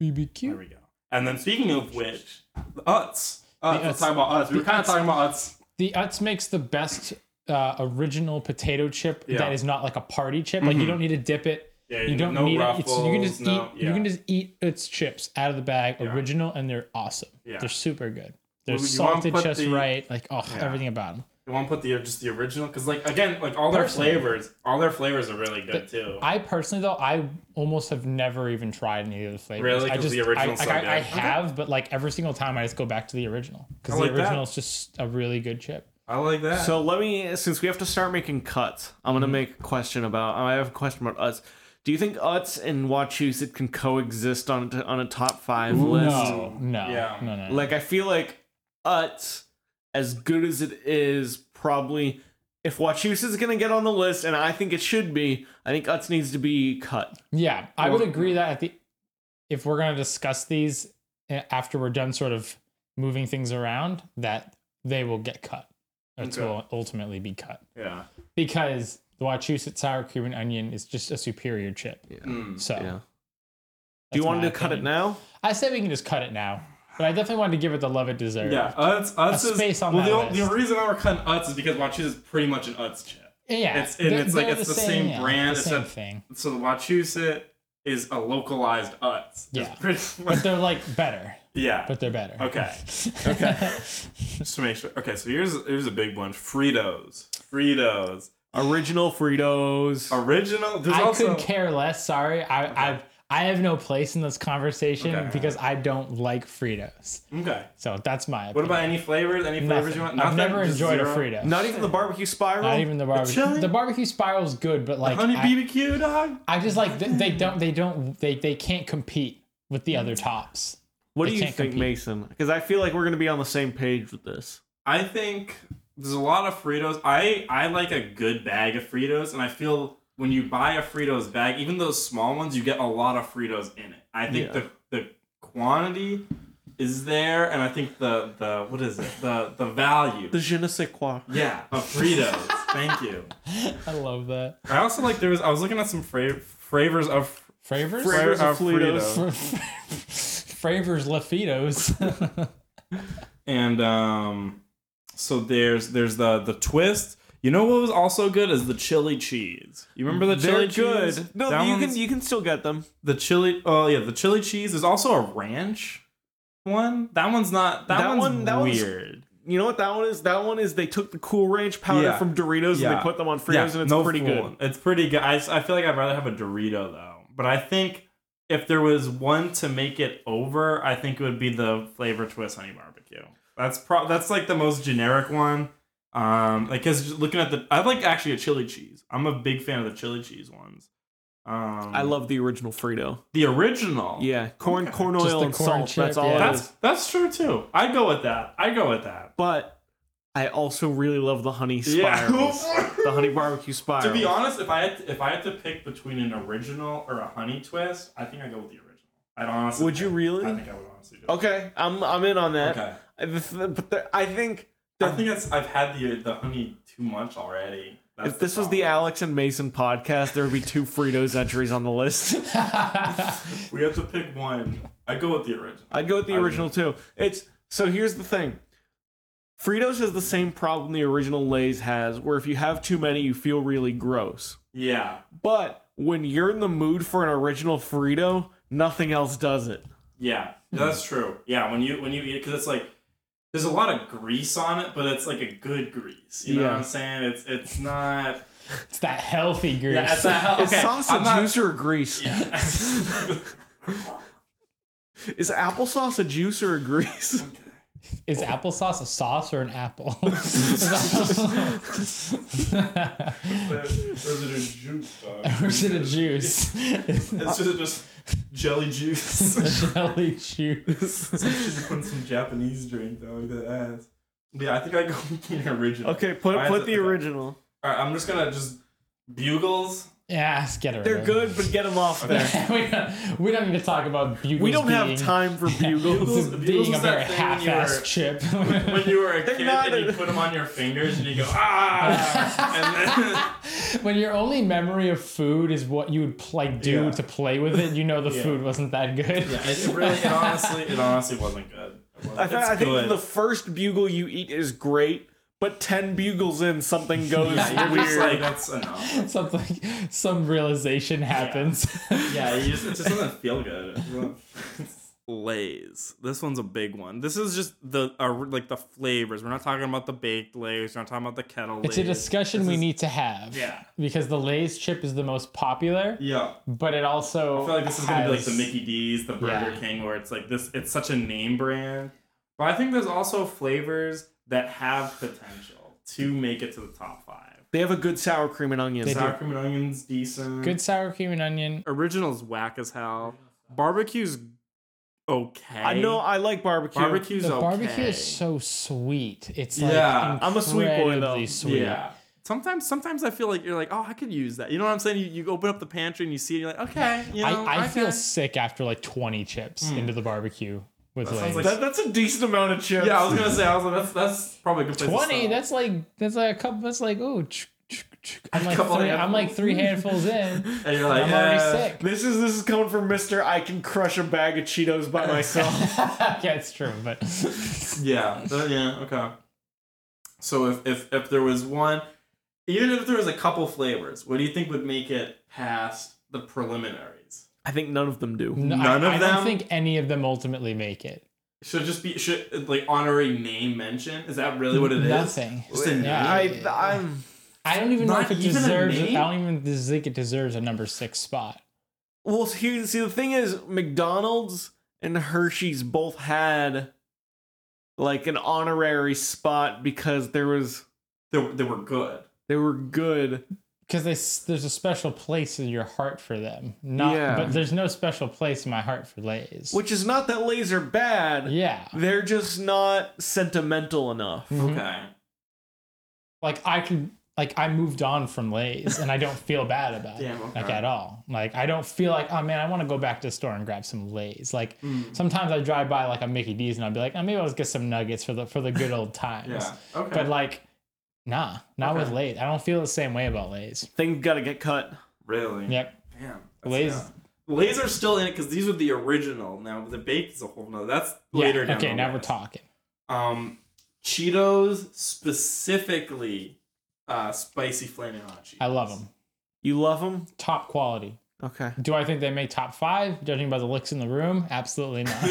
S3: There
S1: BBQ.
S3: we go. And then speaking of which, the Uts. Uts.
S1: The
S3: Let's talk about Uts. We were kind of
S1: Uts.
S3: talking about Uts.
S1: The Utz makes the best uh, original potato chip
S3: Yeah. Mm-hmm.
S1: that is not like a party chip. Like you don't need to dip it.
S3: Yeah,
S1: You don't
S3: no
S1: need
S3: ruffles,
S1: it. It's, you can just
S3: no,
S1: eat.
S3: yeah.
S1: You can just eat its chips out of the bag, original, and they're awesome.
S3: Yeah.
S1: They're super good. They're
S3: Well, you wanna
S1: salted
S3: put
S1: just
S3: the-
S1: right. Like oh,
S3: Yeah.
S1: everything about them.
S3: You want to put the just the original because like again like all their
S1: Personally.
S3: flavors, all their flavors are really good too.
S1: I personally though, I almost have never even tried any of the flavors.
S3: Really?
S1: I
S3: 'Cause
S1: just
S3: the original's
S1: I, like,
S3: so
S1: I, I
S3: good. Okay.
S1: have, but like every single time, I just go back to the original because
S3: I
S1: the
S3: like that.
S1: original is just a really good chip.
S3: I like that.
S2: So let me, since we have to start making cuts, I'm gonna make a question about. I have a question about Uts. Do you think Uts and Wachusett can coexist on on a top five list?
S1: No, no,
S3: Yeah.
S1: no, no, no.
S2: Like I feel like Uts, as good as it is, probably if Wachusett's gonna get on the list, and I think it should be, I think Uts needs to be cut.
S1: Yeah, I would
S3: Well-
S1: agree that at the if we're gonna discuss these uh, after we're done, sort of moving things around, that they will get cut. It
S3: Okay.
S1: will ultimately be cut
S3: yeah.
S1: because the Wachusett sour cream and onion is just a superior chip.
S3: Mm.
S1: So,
S2: Yeah. Do you
S1: that's
S2: want
S1: my
S2: to cut it
S1: opinion.
S2: now?
S1: I say we can just cut it now, but I definitely wanted to give it the love it deserves.
S3: Yeah, Uts, Uts
S1: A
S3: is
S1: space on
S3: well.
S1: that
S3: the, only-
S1: list.
S3: the reason why we're cutting Uts is because Wachus is pretty much an Uts chip.
S1: yeah.
S3: It's- and
S1: they're-
S3: it's like
S1: they're
S3: it's the same
S1: yeah,
S3: brand,
S1: the
S3: it's
S1: same
S3: a-
S1: thing,
S3: So the Wachusett is a localized Uts. It's
S1: Yeah.
S3: pretty
S1: but
S3: much-
S1: they're like better,
S3: yeah.
S1: but they're better.
S3: Okay. Okay. Just to make sure. Okay, so here's here's a big one. Fritos. Fritos.
S2: Original Fritos.
S3: Original. There's
S1: I
S3: also
S1: could care less. Sorry, I I've, I have no place in this conversation
S3: Okay.
S1: because I don't like Fritos.
S3: okay.
S1: So that's my.
S3: What
S1: Opinion.
S3: about any flavors? Any flavors you want?
S1: Nothing. I've
S3: Nothing?
S1: never
S3: Just
S1: enjoyed
S3: zero?
S1: a Frito.
S2: Not even the barbecue spiral.
S1: Not even the barbecue.
S3: chili?
S1: The barbecue spiral's good, but like
S3: Honey
S1: I,
S3: BBQ dog.
S1: I just like they, they don't they don't they they can't compete with the other tops.
S2: What do
S1: They
S2: you
S1: can't
S2: think,
S1: compete.
S2: Mason? Because I feel like we're gonna be on the same page with this.
S3: I think there's a lot of Fritos. I I like a good bag of Fritos, and I feel when you buy a Fritos bag, even those small ones, you get a lot of Fritos in it. I think
S2: Yeah.
S3: the the quantity is there, and I think the the what is it the the value.
S2: The je ne sais quoi.
S3: yeah, of Fritos. Thank you.
S1: I love that.
S3: I also like there was I was looking at some fra- flavors of
S1: Fravors.
S2: Fra- Flavors of
S3: of
S2: Fritos.
S3: Fritos.
S1: Fravors Lafitos.
S3: and um so there's there's the the twist you know what was also good is the chili cheese you remember the chili
S2: They're good.
S3: cheese?
S2: No,
S3: That
S2: you
S3: one's-
S2: can you can still get them.
S3: the chili oh yeah the chili cheese there's also a ranch one that one's not that,
S2: That
S3: one's
S2: one- that one's-
S3: weird
S2: You know what that one is? That one is they took the Cool Ranch powder
S3: Yeah.
S2: from Doritos and
S3: Yeah.
S2: they put them on Fritos,
S3: Yeah,
S2: and it's
S3: no
S2: pretty
S3: fooling. it's pretty good I, s- I feel like i'd rather have a dorito though but i think if there was one to make it over i think it would be the flavor twist honey barbecue that's pro that's like the most generic one um like because looking at the i like actually a chili cheese i'm a big fan of the chili cheese ones um
S2: good. I love the original Frito.
S3: the original
S2: Yeah, corn,
S3: Okay.
S2: corn
S1: Just
S2: oil,
S1: the
S2: and
S1: corn
S2: salt.
S1: chip,
S2: that's all.
S1: yeah.
S2: it
S3: that's
S2: is.
S3: that's true too i go with that i go with that
S2: But I also really love the honey spirals. the honey barbecue spirals.
S3: To be honest, if I had to, if I had to pick between an original or a honey twist, I think I go with the original. I'd honestly.
S2: Would you
S3: pick.
S2: really?
S3: I think I would honestly. Do.
S2: okay, I'm I'm in on that.
S3: Okay.
S2: I, this- but the, I think
S3: I think it's, I've had the the honey too much already. That's
S2: if this was the
S3: problem.
S2: Alex and Mason podcast, there would be two Fritos entries on the list.
S3: we have to pick one. I go with the original.
S2: I'd go with the
S3: I
S2: original too. It's so here's the thing. Fritos has the same problem the original Lay's has, where if you have too many, you feel really gross.
S3: Yeah,
S2: But when you're in the mood for an original Frito, nothing else does it.
S3: yeah, that's
S2: Hmm.
S3: true. Yeah, when you when you eat it, because it's like there's a lot of grease on it, but it's like a good grease. You know
S2: Yeah.
S3: what I'm saying? It's it's not.
S1: it's that healthy grease.
S3: Yeah, it's not hel-
S2: Is
S3: okay,
S2: sausage
S3: I'm not-
S2: juice or grease?
S3: Yeah.
S2: Is applesauce a juice or a grease?
S1: Is
S3: Oh.
S1: applesauce a sauce or an apple?
S3: Resident juice. dog.
S1: or is it a juice?
S3: It's just, just jelly juice.
S1: Jelly juice.
S3: Just put some Japanese drink down like that ass. Yeah, I think I go with the original.
S2: Okay, put
S3: Mine's
S2: put
S3: a-
S2: the
S3: okay.
S2: original.
S3: All right, I'm just gonna just bugles.
S1: Yeah, let's get her.
S2: They're good, but get them off there.
S1: we, don't, we don't need to talk about bugles.
S2: We don't have
S1: being-
S2: time for bugles.
S1: Bugles
S3: Bugles
S1: being a
S3: was
S1: very
S3: that thing when you
S1: half-assed
S3: were-
S1: chip.
S3: When you were a kid
S2: not
S3: and you
S2: a-
S3: put them on your fingers and you go ah, and then
S1: when your only memory of food is what you would like do
S3: Yeah.
S1: to play with it, you know the
S3: Yeah.
S1: food wasn't that good.
S3: yeah, it, it really, it honestly, it honestly wasn't good. It wasn't-
S2: I, th-
S3: it's
S2: I think
S3: good.
S2: the first bugle you eat is great, but ten bugles in, something goes
S3: yeah, you're just
S2: weird.
S3: like that's enough.
S1: Something, some realization happens.
S3: Yeah, you just, it just doesn't feel good.
S4: Lay's. This one's a big one. This is just the uh, like the flavors. We're not talking about the baked Lay's. We're not talking about the kettle.
S1: It's a
S4: Lay's.
S1: discussion
S4: This
S1: we
S4: is-
S1: need to have.
S3: Yeah.
S1: Because the Lay's chip is the most popular,
S3: Yeah,
S1: but it also.
S3: I feel like this is gonna be like the
S1: has-
S3: Mickey D's, the Burger
S1: Yeah.
S3: King, where it's like this. It's such a name brand, but I think there's also flavors that have potential to make it to the top five.
S2: They have a good sour cream and onions.
S3: Sour cream and onions, decent.
S1: Good sour cream and onion.
S4: Original's whack as hell. Barbecue's okay.
S2: I know I like barbecue.
S4: barbecue's
S1: The
S4: okay.
S1: barbecue is so sweet. It's like
S3: Yeah,
S2: I'm a sweet boy, though.
S1: incredibly Sweet.
S3: Yeah.
S4: Sometimes, sometimes I feel like you're like, oh, I could use that. You know what I'm saying? You, you open up the pantry and you see it. And you're like, okay, you know,
S1: I, I feel
S4: okay.
S1: sick after like 20 chips into the barbecue with
S3: Hmm. sounds
S1: Lay's.
S3: like
S2: That- that's a decent amount of chips.
S4: Yeah, I was gonna say, I was like, that's that's probably a good place. to
S1: 20
S4: stop.
S1: that's like that's like a couple that's like oh ch- ch- ch- I'm, like
S3: couple
S1: three, I'm like
S3: handfuls.
S1: three handfuls in
S3: And you're like,
S1: i'm already
S3: yeah.
S1: sick
S2: This is this is coming from Mister. I can crush a bag of Cheetos by myself.
S1: yeah it's true but
S3: Yeah. th- yeah. Okay. So if, if if there was one, even if there was a couple flavors, what do you think would make it past the preliminaries?
S2: I think none of them do.
S1: no, I-
S3: None of
S1: I, don't
S3: them?
S1: think any of them ultimately make it
S3: Should it just be should like honorary name mention? Is that really what it is?
S1: nothing
S3: Just a name?
S1: Yeah.
S2: I I'm
S1: i don't even know
S3: Not
S1: if it
S3: even a
S1: deserves i
S3: name?
S1: don't even think it deserves a number six spot
S2: well. Here, see the thing is, McDonald's and Hershey's both had like an honorary spot because there was
S3: They, they were good.
S2: they were good.
S1: because there's a special place in your heart for them not
S2: Yeah.
S1: but there's no special place in my heart for lays
S2: Which is not that Lays are bad.
S1: yeah
S2: They're just not sentimental enough.
S1: Mm-hmm.
S3: Okay.
S1: like I could like I moved on from Lay's and I don't feel bad about
S3: Damn,
S1: it.
S3: okay.
S1: Like at all. Like I don't feel like, oh man, I want to go back to the store and grab some Lay's. Like
S3: Mm.
S1: sometimes I drive by like a Mickey D's and I'll be like, oh maybe I'll just get some nuggets for the for the good old times.
S3: Yeah. Okay.
S1: But like, nah, not with
S3: Okay.
S1: Lay's. I don't feel the same way about Lay's.
S2: Things gotta get cut.
S3: really.
S1: Yep.
S3: Damn. that's-
S1: Lay's
S3: yeah. Lays are still in it because these were the original. Now the baked is a whole nother. That's
S1: yeah,
S3: later. down
S1: Okay,
S3: the
S1: now we're
S3: list.
S1: talking.
S3: Um, Cheetos specifically, uh, spicy flaming hot Cheetos.
S1: I love them.
S2: You love them?
S1: Top quality.
S2: Okay.
S1: Do I think they make top five? Judging by the looks in the room, absolutely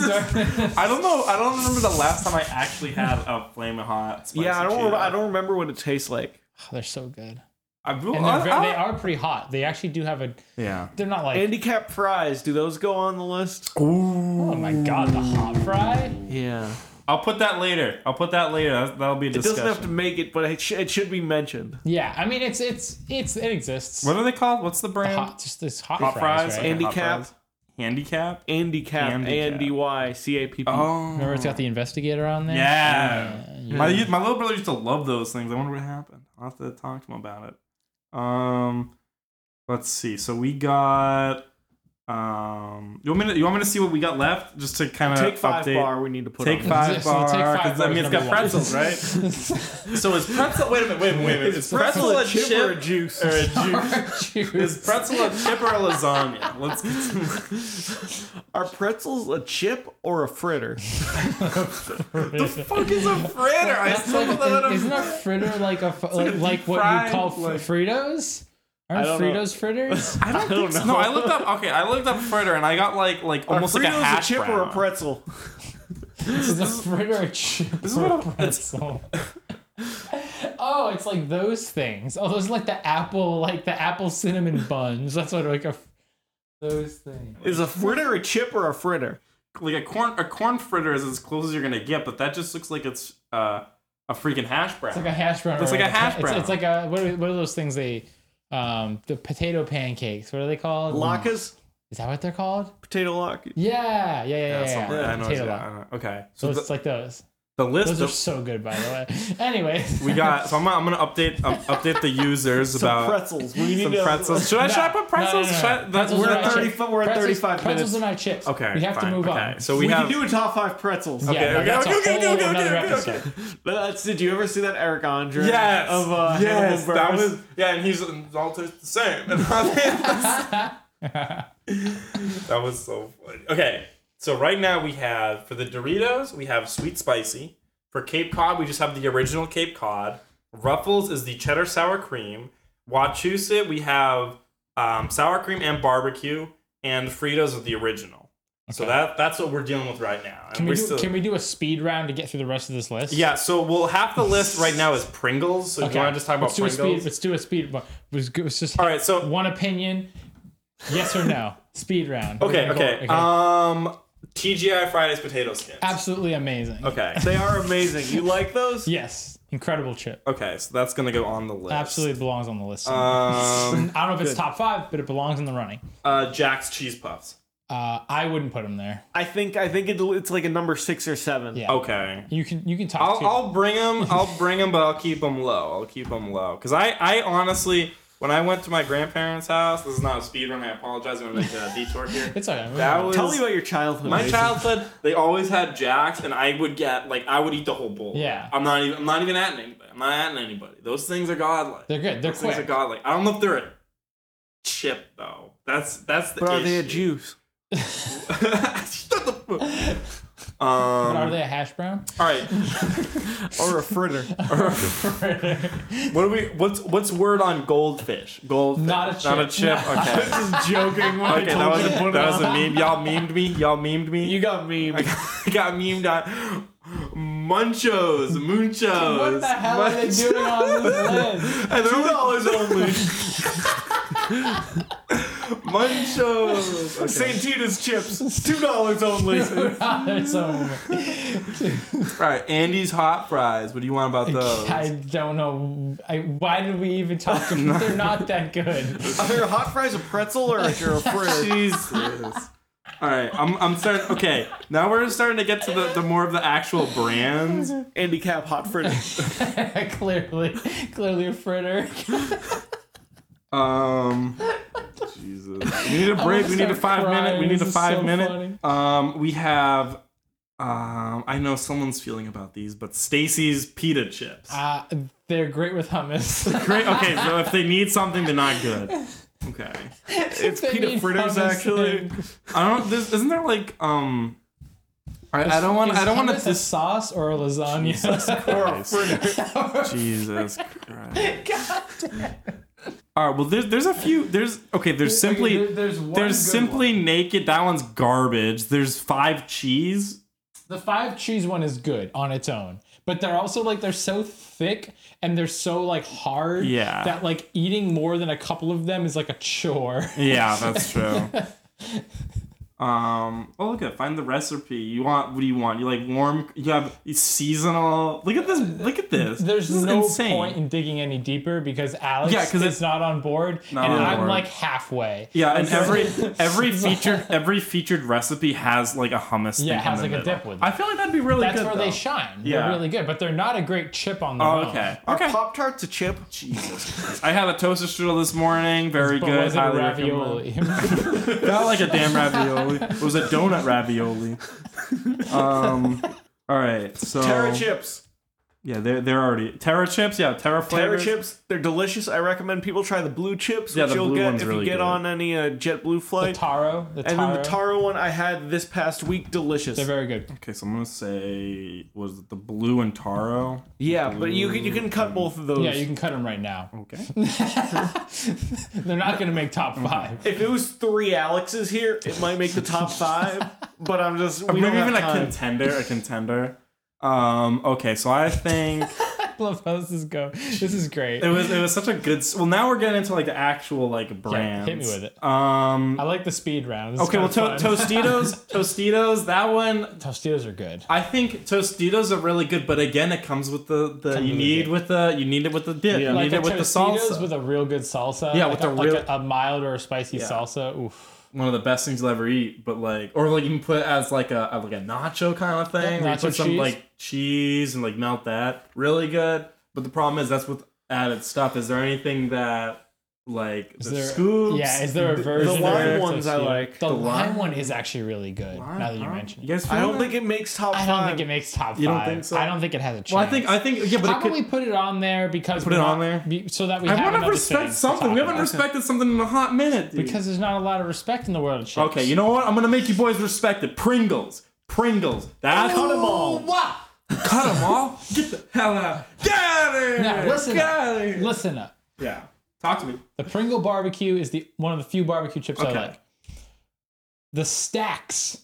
S1: not.
S3: I don't know. I don't remember the last time I actually had a flaming hot. Spicy
S2: yeah, I don't.
S3: Cheeto.
S2: Re- I don't remember what it tastes like.
S1: They're so good.
S3: I, well,
S1: And
S3: I-
S1: they're, very,
S3: I-
S1: they are pretty hot. They actually do have a.
S4: Yeah.
S1: They're not like
S2: Handicap fries. Do those go on the list?
S1: Oh my god, the hot fry?
S2: Yeah.
S3: I'll put that later. I'll put that later. That- That'll be a
S2: It doesn't
S3: discussion.
S2: have to make it, but it, sh- it should be mentioned.
S1: Yeah, I mean it's it's it's it exists.
S3: what are they called? What's the brand?
S1: Hot, just this hot,
S3: Hot
S1: fries.
S3: fries
S1: right?
S3: and-
S2: Handicap.
S3: fries. Handicap.
S2: Handicap.
S3: Handicap.
S2: A N D Y C A P P.
S1: Remember,
S3: Oh.
S1: it's got the investigator on there.
S3: Yeah.
S1: Uh, you-
S3: My, my little brother used to love those things. I wonder what happened. I'll have to talk to him about it. Um, let's see. So we got. Um, you want me to you want me to see what we got left just to kind of
S2: Take five
S3: uh, update?
S2: bar. We need to put.
S3: Take
S2: on
S1: So
S3: five
S2: there.
S1: the
S3: bar,
S1: Take
S3: 'cause,
S1: Five
S3: I mean,
S1: bar
S3: it's got
S1: is number
S3: pretzels,
S1: one.
S3: So is pretzel? Wait a minute. Wait a minute. Wait a minute. Is pretzel a chip or a juice? Or a juice?
S1: Juice.
S3: is pretzel a chip or a lasagna? Let's.
S2: Are pretzels a chip or a fritter?
S3: the fuck is a fritter? I
S1: That's
S3: still
S1: like,
S3: that out of-
S1: isn't a fritter like a fu- like, like what you
S3: deep-fried,
S1: call fr-
S3: like-
S1: Fritos? Aren't
S2: don't know.
S1: Fritos fritters?
S3: I don't, think so. No, I looked up. Okay, I looked up fritter, and I got like like almost
S2: Are
S3: like a
S2: Fritos
S3: hash
S2: chip or a
S3: brown.
S2: pretzel?
S1: is a fritter a chip
S3: is
S1: or a
S3: what I'm- it's-
S1: pretzel? oh, it's like those things. Oh, those are like the apple, like the apple cinnamon buns. That's what like a those things.
S2: Is a fritter a chip or a fritter?
S3: like a corn a corn fritter is as close as you're gonna get, but that just looks like it's uh, a freaking hash brown.
S1: It's like a hash brown.
S3: It's
S1: or
S3: like a
S1: pa-
S3: hash
S1: it's-
S3: brown.
S1: It's, like a what are, what are those things they, um, the potato pancakes. What are they called?
S2: Latkes,
S1: Is that what they're called?
S2: potato latkes.
S1: Yeah, yeah, yeah, yeah.
S3: yeah,
S1: yeah,
S3: something- I know,
S1: Potato
S3: yeah,
S1: lot.
S3: I know. Okay,
S1: So
S3: so
S1: it's
S3: the,
S1: like those.
S3: the list
S1: Those
S3: of
S1: are so good, by the way. Anyways,
S3: we got. So I'm, gonna- I'm gonna update um, update the users
S2: Some
S3: about
S2: pretzels. We need
S3: some
S2: to-
S3: pretzels. Should I should I
S1: No,
S3: put
S1: no, no,
S3: pretzels?
S1: no.
S3: Should I- that-
S1: Pretzels
S3: we're
S1: are
S3: at
S1: not
S3: 30
S1: chips.
S2: 35 we're at
S1: Pretzels-
S2: 35
S1: Pretzels
S2: minutes.
S1: are not chips.
S3: Okay,
S1: we have
S3: fine,
S1: to move
S3: okay.
S1: on.
S3: So
S2: We,
S3: we, have.
S2: can do a top five pretzels.
S1: yeah,
S3: okay,
S1: but
S3: okay,
S1: that's a
S3: okay, okay,
S1: whole
S3: okay, okay,
S1: another
S3: okay,
S1: episode.
S2: But that's, did you ever see that Eric Andre?
S3: Yes.
S2: Of uh,
S3: yes.
S2: Hannibal
S3: That
S2: Buress?
S3: was yeah, and he's and all taste the same. And I mean, that was so funny. Okay, so right now we have for the Doritos we have sweet spicy. For Cape Cod we just have the original Cape Cod. Ruffles is the cheddar sour cream. Wachusett we have um, sour cream and barbecue, and Fritos are the original. So
S1: Okay.
S3: that that's what we're dealing with right now. And
S1: Can
S3: we're
S1: we, do,
S3: still-
S1: can we do a speed round to get through the rest of this list?
S3: yeah, so we'll half the list right now is Pringles. So do you want to just talk about
S1: let's do a
S3: Pringles?
S1: speed. Let's do a speed. round. Let's, go- let's just
S3: All right, so
S1: one opinion, yes or no. speed round. We're
S3: okay,
S1: gonna go-
S3: okay. Um, TGI Fridays potato skins.
S1: Absolutely amazing.
S3: Okay,
S2: They are amazing. You like those?
S1: Yes, incredible chip.
S3: okay, so that's gonna go on the list.
S1: Absolutely belongs on the list.
S3: Um,
S1: I don't know if it's top five, but it belongs in the running.
S3: uh, Jack's cheese puffs.
S1: Uh, I wouldn't put him there.
S2: I think I think it, it's like a number six or seven.
S1: Yeah.
S3: Okay.
S1: You can you can talk
S3: I'll,
S1: to.
S3: I'll bring them. I'll bring them, but I'll keep them low. I'll keep them low because I, I honestly, when I went to my grandparents' house, this is not a speed run. I apologize. I'm gonna make a detour here.
S1: it's okay.
S3: That was
S2: Tell me about your childhood.
S3: My
S2: Mason.
S3: childhood, they always had Jacks, and I would get like I would eat the whole bowl.
S1: Yeah.
S3: I'm not even. I'm not even at anybody. I'm not at anybody. Those things are godlike.
S1: They're good. They're
S3: Those things are
S1: quick.
S3: godlike. I don't know if they're a chip though. That's that's the
S2: But are they a
S3: issue.
S2: juice?
S3: Shut the. fuck- Um,
S1: But are they a hash brown?
S3: All right.
S2: Or a fritter?
S3: What do we? What's what's word on goldfish? Goldfish.
S1: Not a
S3: Not a
S1: chip.
S3: chip. Okay.
S2: Just joking.
S3: okay. That was a, that was a meme. Y'all memed me. Y'all memed me.
S2: You got me.
S3: I got, I got memed on Munchos, Munchos.
S1: What the hell are they doing on this list?
S3: And they're dollars only. Munchos.
S2: St. Tita's chips. It's two dollars only.
S1: There's so-
S3: All right, Andy's hot fries. What do you want about those?
S1: I don't know. I, why did we even talk? About, they're not that good.
S2: Are your hot fries a pretzel or is your a fritter?
S3: Jesus. All right, I'm I'm starting. Okay, now we're starting to get to the, the more of the actual brands.
S2: Andy Cap hot fritter.
S1: clearly, clearly a fritter.
S3: Um, Jesus, we need a break. We need a
S1: start
S3: five minute. We
S1: crying.
S3: need a
S1: This is
S3: five
S1: so
S3: minute. Um, we have. Um, I know someone's feeling about these, but Stacy's pita chips.
S1: Uh, they're great with hummus.
S3: Great. Okay, so if they need something, they're not good. Okay.
S2: It's
S1: They
S2: pita
S1: need
S2: fritters
S1: hummus
S2: actually.
S1: and-
S3: I don't. There's, isn't there like um? I, I don't want.
S1: Is
S3: I don't want
S1: hummus
S3: to.
S1: a sauce or a lasagna. Oh
S2: Or a fritter.
S3: Jesus Christ. All right. Well, there's there's a few. There's okay. There's simply
S1: Okay, there- there's one
S3: there's
S1: good
S3: simply naked. That one's garbage. There's five cheese.
S1: The five cheese one is good on its own, but they're also like they're so thick and they're so like hard
S3: Yeah.
S1: that like eating more than a couple of them is like a chore.
S3: Yeah, that's true. Um. Oh, look at find the recipe. You want? What do you want? You like warm? You have seasonal. Look at this. Look at this.
S1: There's
S3: this is
S1: no
S3: insane.
S1: point in digging any deeper because Alex
S3: Yeah, 'cause
S1: is
S3: it's-
S1: not on board
S3: Not
S1: and
S3: on
S1: I'm
S3: board.
S1: like halfway.
S3: Yeah, and every every featured every featured recipe has like a hummus.
S1: Yeah,
S3: thing
S1: it has
S3: in
S1: like
S3: the
S1: a
S3: middle.
S1: dip with it.
S3: I feel like that'd be really
S1: That's
S3: good.
S1: where
S3: though.
S1: they shine.
S3: Yeah.
S1: They're really good, but they're not a great chip on their
S3: Oh,
S1: own.
S3: okay.
S2: Are
S3: Okay.
S2: Pop Tarts a chip?
S3: Jesus Christ. I had a toaster strudel this morning. Very
S1: But
S3: good.
S1: was it a
S3: highly recommend.
S1: ravioli?
S3: Not like a damn ravioli. It was a donut ravioli. Um. All right. So.
S2: Terra chips.
S3: Yeah, they're they're already Terra chips. Yeah, Terra
S2: Terra
S3: flavors.
S2: chips, they're delicious. I recommend people try the blue chips,
S3: Yeah,
S2: which
S3: the
S2: you'll
S3: blue
S2: get
S3: one's
S2: if
S3: really
S2: you get
S3: good.
S2: on any uh,
S1: the
S2: JetBlue flight.
S1: taro. The
S2: and
S1: taro.
S2: then the Taro one I had this past week, delicious.
S1: They're very good.
S3: Okay, so I'm gonna say was it the blue and taro?
S2: yeah, but you can you can cut both of those.
S1: Yeah, you can cut them right now.
S3: Okay.
S1: They're not going to make top five.
S2: If it was three Alexes here, it might make the top five. but I'm just
S3: Maybe
S2: we don't
S3: even
S2: have
S3: a
S2: time.
S3: contender. A contender. Um. Okay, so I think
S1: love how this is go. This is great.
S3: It was it was such a good. s- Well, now we're getting into like the actual like brands.
S1: hit me with it.
S3: Um.
S1: I like the speed round. This is
S3: Okay. Well, to-
S1: kinda fun.
S3: Tostitos. Tostitos. That one.
S1: Tostitos are good.
S3: I think Tostitos are really good, but again, it comes with the, the
S1: Comes with
S3: you
S1: the
S3: need
S1: dip.
S3: with the you need it with the dip.
S2: Yeah.
S3: You
S1: Like
S3: need
S1: a
S3: it with the
S1: Tostitos
S3: salsa.
S1: with a real good salsa.
S3: Yeah,
S1: like
S3: with
S1: a,
S3: a
S1: like
S3: real-
S1: a, a mild or a spicy salsa. Oof.
S3: one of the best things you'll ever eat, but like, or like you can put it as like a a- like a nacho kind of thing. where you
S1: nacho
S3: put some
S1: cheese.
S3: like cheese and like melt that. Really good. But the problem is that's with added stuff. Is there anything that like
S1: Is
S3: the
S1: there-
S3: scoops?
S1: Yeah, is there a
S3: the-
S1: version?
S3: The
S1: of
S2: lime
S1: that
S3: lime
S2: one- ones I
S1: Tostito?
S2: like.
S1: The,
S3: The
S1: lime
S3: lime-
S1: one is actually really good.
S3: Lime,
S1: now that you
S3: huh?
S1: mention it,
S3: You guys
S2: I don't
S3: feel
S2: think it makes top
S1: I
S2: five.
S1: don't think it makes top five.
S3: You don't think so?
S1: I don't think it has a chance.
S3: Well, I think I think yeah, but
S1: How
S3: it could,
S1: can we put it on there because
S3: Put it
S1: we're
S3: on
S1: not-
S3: there?
S1: be- so that we
S3: I
S1: have
S3: want to
S1: another
S3: respect
S1: thing to
S3: something.
S1: talk
S3: We haven't
S1: about.
S3: respected something in a hot minute, dude.
S1: because there's not a lot of respect in the world of chips.
S3: okay, you know what? I'm gonna make you boys respect it. Pringles, Pringles. That's
S2: Cut 'em all.
S3: Wow. Cut them all. Get the hell out. Get out of here.
S1: Now, listen
S3: Get
S1: up.
S3: out of here.
S1: Listen up.
S3: Yeah. Talk to me.
S1: The Pringle barbecue is the one of the few barbecue chips
S3: Okay.
S1: I like. The stacks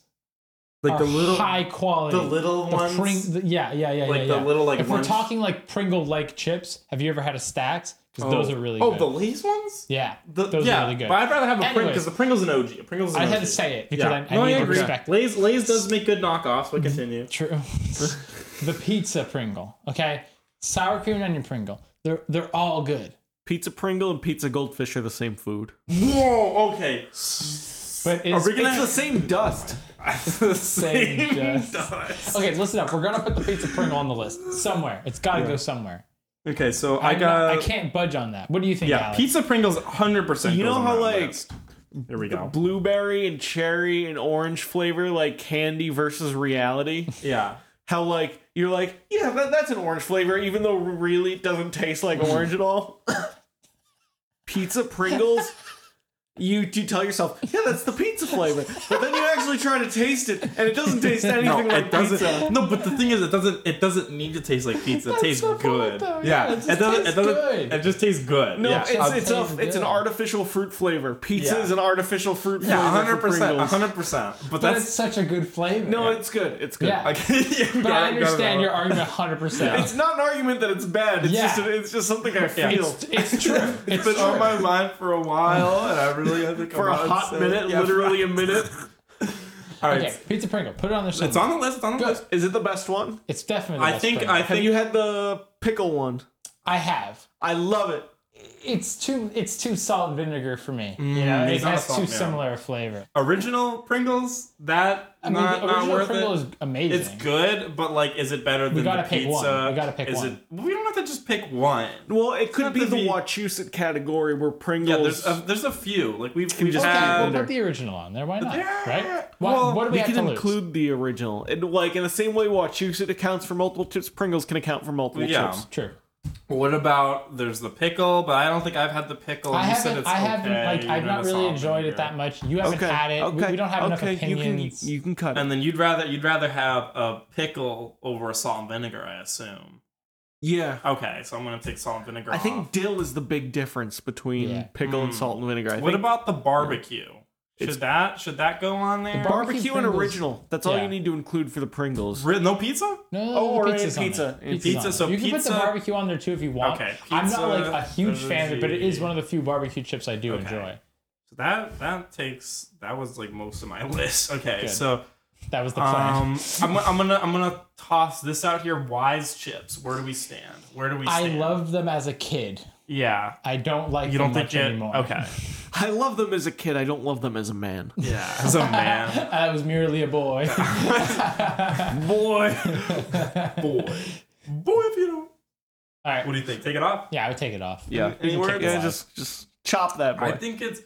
S3: Like
S1: are
S3: the little,
S1: high quality.
S3: the little
S1: The
S3: ones.
S1: Pring- the- yeah, yeah, yeah,
S3: Like
S1: yeah,
S3: the
S1: yeah.
S3: little, like,
S1: If we're
S3: ones-
S1: talking like Pringle like chips, have you ever had a stacks? Because those are really
S3: Oh,
S1: good.
S3: the Lay's ones.
S1: yeah,
S3: The,
S1: those
S3: yeah,
S1: are really good.
S3: But I'd rather have a Pringle
S1: Anyways.
S3: because the Pringle's an OG. A Pringle's an
S1: I
S3: OG.
S1: had to say it because I, I
S3: no,
S1: need
S3: I
S1: to
S3: agree.
S1: respect it.
S3: Lay's, Lay's does make good knockoffs, but continue.
S1: True. the pizza Pringle, okay, sour cream and onion Pringle. They're they're all good.
S2: Pizza Pringle and Pizza Goldfish are the same food.
S3: Whoa, okay.
S1: But it's,
S3: Are we
S2: It's
S3: gonna
S2: the same dust.
S3: the same
S1: just-
S3: dust.
S1: okay, listen up. We're gonna put the pizza Pringle on the list somewhere. It's gotta go somewhere.
S3: Okay, so I
S1: I'm
S3: got.
S1: not- I can't budge on that. What do you think,
S3: Yeah,
S1: Alex?
S3: pizza Pringles, hundred percent.
S2: You know how, like,
S3: Here we go.
S2: Blueberry and cherry and orange flavor, like candy versus reality.
S3: Yeah.
S2: How like you're like, yeah, that, that's an orange flavor, even though really it doesn't taste like orange at all. pizza Pringles. You, you tell yourself, yeah, that's the pizza flavor, but then you actually try to taste it, and it doesn't taste anything
S3: No,
S2: like
S3: it doesn't.
S2: pizza.
S3: No, but the thing is, it doesn't. It doesn't need to taste like pizza. It
S1: That's
S3: tastes
S1: the point,
S3: good.
S1: though.
S3: yeah,
S1: Yeah, it just
S3: doesn't.
S1: tastes
S3: it doesn't.
S1: good.
S3: It just tastes good.
S2: No,
S3: yeah.
S2: it's it's
S1: tastes
S2: a, it's an
S1: good.
S2: artificial fruit flavor. Pizza
S3: Yeah.
S2: is an artificial fruit flavor.
S3: yeah,
S2: for
S3: hundred percent,
S2: Pringles.
S3: hundred percent. But
S1: But it's
S3: that's
S1: such a good flavor.
S2: No, it's good. It's good.
S1: Yeah.
S3: okay. yeah, we
S1: but
S3: got
S1: I
S3: it, got it,
S1: understand
S3: got
S1: your
S3: it.
S1: argument 100. percent
S2: It's not an argument that it's bad. It's
S1: Yeah.
S2: just it's just something I feel.
S1: It's it's true. It's
S3: It's been on
S1: true.
S3: my mind for a while, and I really have to come
S2: for a
S3: out and
S2: hot
S3: say-
S2: minute,
S3: Yeah, for-
S2: literally a minute.
S3: All right,
S1: Okay, pizza Pringle. Put it on there.
S3: it's
S1: somewhere.
S3: on the list. It's on the
S1: Good.
S3: list.
S2: Is it the best one?
S1: It's definitely. the
S3: I
S1: best
S3: think.
S1: Pringle.
S3: I
S2: Have
S3: think.
S2: you had the pickle one?
S1: I have.
S2: I love it.
S1: It's too. It's too salt and vinegar for me. you know,
S3: Mm,
S1: it
S3: it's not
S1: has
S3: salt,
S1: too
S3: yeah.
S1: similar a flavor.
S3: original Pringles. That
S1: I mean,
S3: not,
S1: the
S3: not
S1: original
S3: worth
S1: Pringle
S3: it.
S1: is amazing.
S3: It's good, but like, is it better than
S1: gotta
S3: the
S1: pick
S3: pizza?
S1: one. We gotta pick
S3: is
S1: one.
S3: It, we don't have to just pick one.
S2: Well, it could
S3: not
S2: be
S3: the
S2: the
S3: V-
S2: Wachusett category where Pringles.
S3: Yeah, there's uh, a, there's a few. Like we've,
S2: Can
S3: we've
S2: just
S3: just
S1: Okay,
S3: had.
S1: well, put the original on there. Why not?
S3: Yeah.
S1: Right? Why, what do we,
S2: we
S1: have
S2: can
S1: to lose?
S2: include the original, and like in the same way Wachusett accounts for multiple chips, Pringles can account for multiple
S3: Yeah.
S2: chips.
S1: True.
S3: What about there's the pickle? But I don't think I've had the pickle.
S1: I
S3: you said
S1: haven't.
S3: it's
S1: I haven't.
S3: okay,
S1: Like,
S3: you
S1: I've
S3: know,
S1: not
S3: it's
S1: really
S3: all
S1: enjoyed it
S3: vinegar.
S1: that much. You haven't
S2: Okay,
S1: had it. We-
S2: okay,
S1: We, don't have
S2: okay.
S1: enough opinions.
S2: You can you can cut it.
S3: And then you'd rather you'd rather have a pickle over a salt and vinegar, I assume.
S2: yeah.
S3: Okay, so I'm gonna take salt and vinegar.
S2: I think
S3: off.
S2: dill is the big difference between
S1: Yeah.
S2: pickle and salt and vinegar. I
S3: What
S2: think
S3: about the barbecue?
S2: It's-
S3: Should that should that go on there?
S1: bar-
S2: barbecue and
S1: Pringles-
S2: original? That's all
S1: Yeah.
S2: you need to include for the Pringles.
S3: Ri- no pizza?
S1: No,
S2: Oh, or
S1: pizza's
S2: in
S1: on
S2: pizza.
S1: there.
S2: In
S1: Pizza's on
S3: pizza,
S1: there.
S3: so
S1: you can put the
S3: pizza-
S1: barbecue on there too if you want.
S3: Okay,
S1: I'm not like
S3: pizza,
S1: a huge fan of it, but it is one of the few barbecue chips I do
S3: Okay.
S1: enjoy.
S3: So that that takes that was like most of my list. Okay,
S1: Good.
S3: so
S1: That was the plan.
S3: um, I'm, I'm gonna I'm gonna toss this out here. Wise chips. Where do we stand? Where do we
S1: I
S3: stand?
S1: loved them as a kid.
S3: Yeah.
S1: I don't like
S3: You
S1: them
S3: don't think
S1: much
S3: it?
S1: anymore.
S3: Okay.
S2: I love them as a kid. I don't love them as a man.
S3: Yeah. As a man,
S1: I was merely a boy.
S3: boy, boy, boy. If you don't,
S1: All right.
S3: what do you think? Take it off.
S1: Yeah, I would take it off.
S2: Yeah.
S3: Any words?
S2: Yeah, just just chop that boy.
S3: I think it's.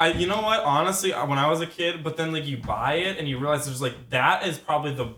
S3: I, you know what? Honestly, I- when I was a kid, but then like you buy it and you realize there's like that is probably the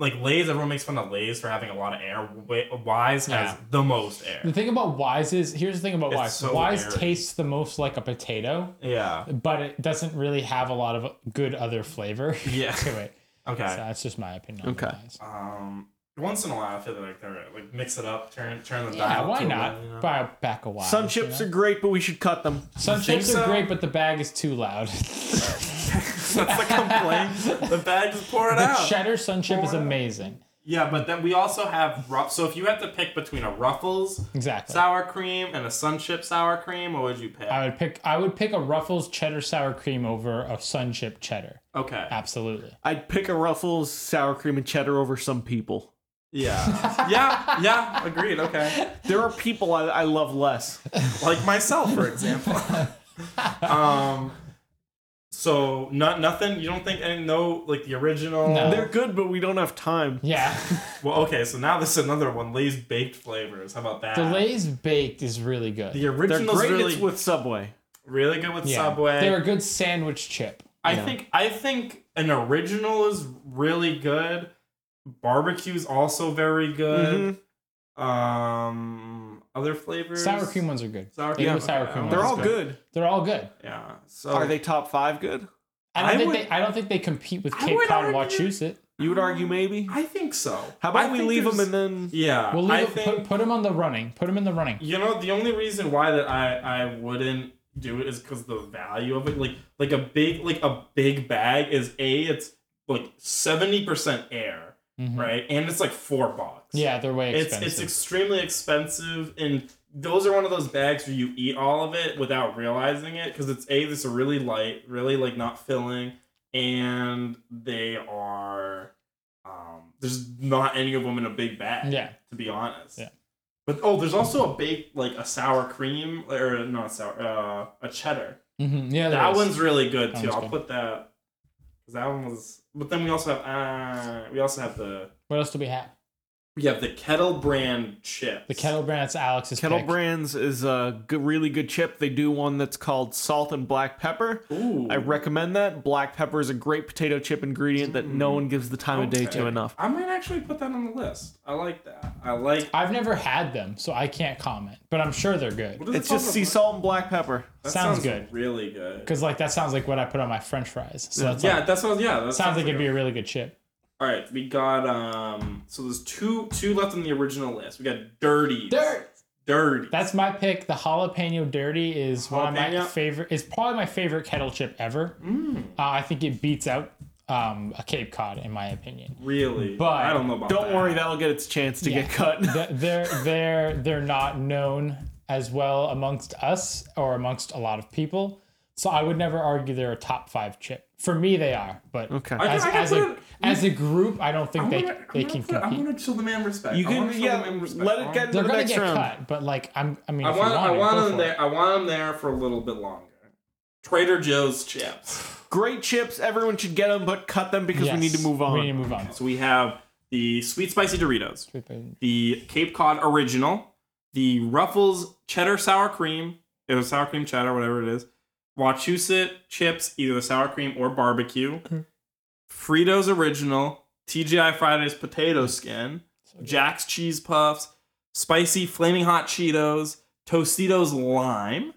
S3: like Lay's. Everyone makes fun of Lay's for having a lot of air. Wa- Wise has
S1: Yeah.
S3: the most air.
S1: The thing about Wise is here's the thing about
S3: It's
S1: Wise.
S3: so
S1: Wise
S3: airy.
S1: tastes the most like a potato,
S3: Yeah.
S1: but it doesn't really have a lot of good other flavor
S3: Yeah.
S1: to it. So
S3: Okay.
S1: that's just my opinion. On
S2: Okay.
S1: Wise.
S3: Um. Once in a while, I feel like they're like mix it up, turn turn the
S1: Yeah,
S3: dial.
S1: why
S3: to
S1: not
S3: eleven, you know?
S1: buy a pack of Wise?
S2: Some chips
S1: you
S2: are
S1: know?
S2: great, but we should cut them.
S1: some
S3: think
S1: chips are
S3: so?
S1: great, but the bag is too loud.
S3: That's the complaint. the bag just pour it
S1: The
S3: out.
S1: cheddar sun chip is amazing.
S3: Yeah, but then we also have rough. So if you had to pick between a Ruffles
S1: Exactly.
S3: sour cream and a Sun Chip sour cream, what would you pick?
S1: I would pick I would pick a Ruffles cheddar sour cream over a Sun Chip cheddar.
S3: okay.
S1: Absolutely.
S2: I'd pick a Ruffles sour cream and cheddar over some people.
S3: Yeah. yeah. Yeah. Agreed. Okay.
S2: There are people I, I love less.
S3: Like myself, for example. um. So not nothing. You don't think any no like the original.
S1: No.
S2: They're good, but we don't have time.
S1: Yeah.
S3: Well, okay. So now this is another one. Lay's baked flavors. How about that?
S1: the Lay's baked is really good.
S3: The
S2: They're
S3: original's
S2: great
S3: really
S2: it's with Subway.
S3: really good with
S1: Yeah.
S3: Subway.
S1: They're a good sandwich chip.
S3: I think I think an original is really good. Barbecue's also very
S2: Mm-hmm.
S3: good. Um, other flavors.
S1: Sour cream ones are good.
S3: Sour
S1: They
S3: cream.
S1: go sour cream
S3: okay,
S2: They're
S3: that's
S2: all good.
S1: They're all good.
S3: Yeah. So
S2: Are they top five good?
S1: I don't
S3: I
S1: think
S3: would-
S1: they I don't think they compete with
S3: I
S1: Cape
S3: would
S1: Cod and
S3: argue-
S1: Wachusett.
S2: You would argue maybe.
S3: I think so.
S2: How
S3: Um, I
S2: about we
S3: think
S2: leave them
S3: there's-
S2: and then
S3: Yeah.
S1: We'll
S3: I
S1: leave it,
S3: think
S1: put, put 'em on the running. Put them in the running.
S3: you know the only reason why that I I wouldn't do it is because the value of it like like a big like a big bag is a it's like seventy percent air
S1: Mhm.
S3: right and it's like four bucks
S1: Yeah, they're way
S3: it's
S1: expensive.
S3: it's extremely expensive and those are one of those bags where you eat all of it without realizing it because it's a this really light really like not filling and they are um there's not any of them in a big bag
S1: yeah.
S3: to be honest
S1: Yeah.
S3: but oh there's also a baked like a sour cream or not sour uh a cheddar
S1: hmm Yeah, there
S3: that
S1: is.
S3: one's really good
S1: That
S3: too
S1: one's
S3: i'll
S1: good.
S3: put that because that one was but then we also have uh we also have the
S1: What else do we have?
S3: we have the kettle brand chips
S1: The kettle brand. That's Alex's
S2: Kettle
S1: pick.
S2: Brands is a good, really good chip. They do one that's called salt and black pepper.
S3: Ooh.
S2: I recommend that. Black pepper is a great potato chip ingredient that no one gives the time of day
S3: Mm-hmm. Okay.
S2: to enough.
S3: I might actually put that on the list. I like that. I like.
S1: I've never had them, so I can't comment. But I'm sure they're good.
S3: what is it
S2: It's just
S3: called?
S2: sea salt and black pepper.
S3: That
S1: Sounds good.
S3: Really good.
S1: Because like that sounds like what I put on my French fries. So that's like,
S3: Yeah, that's what. Yeah, that
S1: sounds like it'd be a really good chip.
S3: All right, we got um. So there's two two left on the original list. We got dirty. Dirty.
S1: That's my pick. The jalapeno dirty is one of my
S3: Jalapeno?
S1: favorite. It's probably my favorite kettle chip ever. Uh, I think it beats out um, a Cape Cod in my opinion.
S3: really.
S1: But-
S3: I don't know about.
S2: Don't
S3: that.
S2: worry, that'll get its chance to
S1: Yeah.
S2: get cut.
S1: Th- they're they're they're not known as well amongst us or amongst a lot of people. So I would never argue they're a top five chip. For me, they are, but
S2: Okay. I
S1: as,
S3: I can
S1: as,
S3: put
S1: a,
S3: it-
S1: as a group, I don't think
S3: I'm
S1: they
S3: gonna,
S1: they
S3: I'm
S1: can
S3: gonna put, I'm
S1: compete.
S3: gonna show the man respect.
S2: You
S3: I
S2: can-
S3: wanna show
S2: yeah,
S3: the man respect.
S2: let it get-
S1: They're
S2: the
S1: gonna
S2: next
S1: get
S2: round.
S1: cut, but like I'm. I mean,
S3: I
S1: if you
S3: want. I
S1: want it, go
S3: want them
S1: for it.
S3: there. I want them there for a little bit longer. Trader Joe's chips.
S2: Great chips. Everyone should get them, but cut them because we need to
S1: Yes,
S2: move on.
S1: We need to move on.
S3: So we have the sweet spicy Doritos. the Cape Cod original, the Ruffles cheddar sour cream, it was sour cream cheddar, whatever it is, Wachusett chips, either the sour cream or barbecue, Fritos original, TGI Fridays potato skin, Jack's cheese puffs, spicy flaming hot Cheetos, Tostitos lime,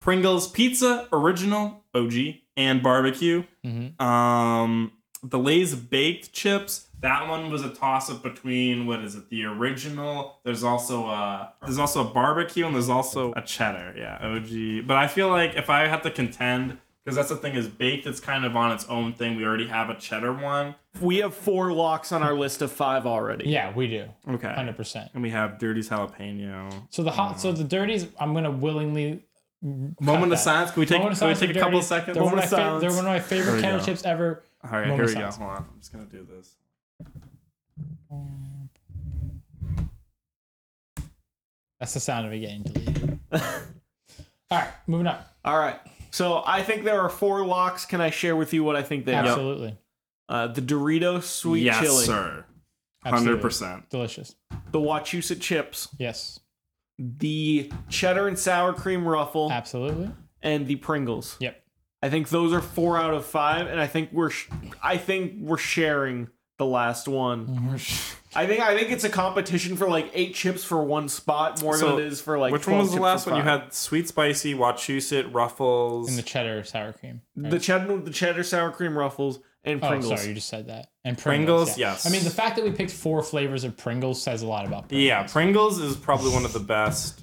S3: Pringles pizza original, OG, and barbecue.
S1: Mhm.
S3: Um, the Lay's baked chips. That one was a toss up between what is it? The original. There's also a there's also a barbecue and there's also a cheddar. Yeah, OG. But I feel like if I had to contend, because that's the thing is baked. It's kind of on its own thing. We already have a cheddar one.
S2: We have four locks on our list of five already.
S1: Yeah, we do.
S3: Okay.
S1: Hundred percent.
S3: And we have Dirty's jalapeno.
S1: So the hot. So the dirties. I'm gonna willingly.
S3: Moment
S1: that.
S3: of silence. Can we take?
S1: Moment of
S3: Can we
S1: silence
S3: take a
S1: for
S3: couple
S1: Dirties.
S3: seconds?
S1: They're one, of
S3: Moment
S1: my
S3: of
S1: fa-
S3: silence.
S1: they're one of my
S3: There
S1: favorite
S3: we
S1: kettle
S3: go.
S1: chips ever.
S3: All right,
S1: moment
S3: here
S1: of
S3: we go.
S1: silence.
S3: Hold on. I'm just gonna do this.
S1: That's the sound of it getting deleted. All right, moving on.
S2: All right. So I think there are four locks. Can I share with you what I think they are?
S1: Absolutely.
S2: Uh, the Dorito sweet
S3: yes,
S2: chili,
S3: sir. Hundred
S1: Absolutely.
S3: percent.
S1: Delicious.
S2: the Wachusett chips,
S1: Yes.
S2: the cheddar and sour cream ruffle,
S1: Absolutely.
S2: and the Pringles.
S1: Yep.
S2: I think those are four out of five, and I think we're sh- I think we're sharing the last one.
S3: Mm-hmm.
S2: I think I think it's a competition for like eight chips for one spot more
S3: So,
S2: than it is for like.
S3: Which one
S2: 12
S3: was the
S2: chips
S3: last
S2: for
S3: one? You
S2: five.
S3: had sweet spicy, Wachusett, Ruffles.
S1: And the cheddar sour cream. right?
S2: the cheddar, the cheddar sour cream ruffles, and
S1: Oh,
S2: Pringles.
S1: sorry, you just said that. And Pringles.
S3: Pringles, yes.
S1: I mean, the fact that we picked four flavors of Pringles says a lot about Pringles.
S3: yeah, Pringles is probably one of the best.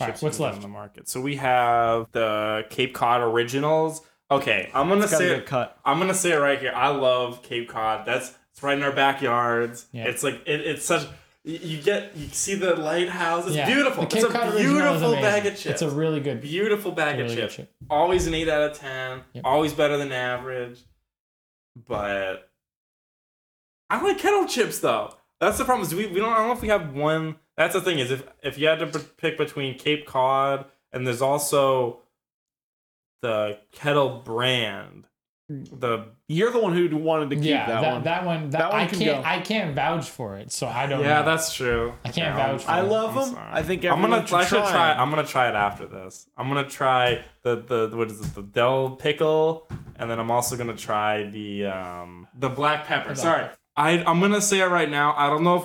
S1: All right,
S3: chips
S1: what's
S3: we've got
S1: left?
S3: on the market? So we have the Cape Cod Originals. Okay, I'm gonna
S2: Gotta
S3: say
S2: get cut.
S3: I'm gonna say it right here. I love Cape Cod. That's It's right in our backyards.
S1: Yeah.
S3: It's like it, it's such. You you get you see the lighthouse. It's
S1: Yeah.
S3: beautiful.
S1: The
S3: It's
S1: Cape Cod
S3: a
S1: original is
S3: beautiful
S1: amazing.
S3: bag of chips.
S1: It's a really good.
S3: beautiful bag
S1: Really
S3: of
S1: good
S3: chips.
S1: chip.
S3: Always an eight out of ten.
S1: Yep.
S3: Always better than average. But I like kettle chips though. That's the problem. Is we, we don't. I don't know if we have one. That's the thing. Is if if you had to p- pick between Cape Cod and there's also the kettle brand. The
S2: You're the one who wanted to keep
S1: yeah,
S2: that,
S1: that,
S2: one.
S1: that one. That,
S2: That one
S1: I
S2: can
S1: can't.
S2: go.
S1: I can't vouch for it, so I don't.
S3: yeah,
S1: know.
S3: that's true.
S1: I can't
S3: Yeah,
S1: vouch for
S2: I
S1: it.
S2: love
S3: I'm
S2: them.
S3: sorry.
S2: I think
S3: I'm
S2: everyone
S3: gonna.
S2: should
S3: I should
S2: try
S3: try.
S2: 'em.
S3: I'm gonna try it after this. I'm gonna try the the what is it? The dill pickle, and then I'm also gonna try the um the black pepper.
S1: black
S3: Sorry,
S1: pepper.
S3: I I'm gonna say it right now. I don't know if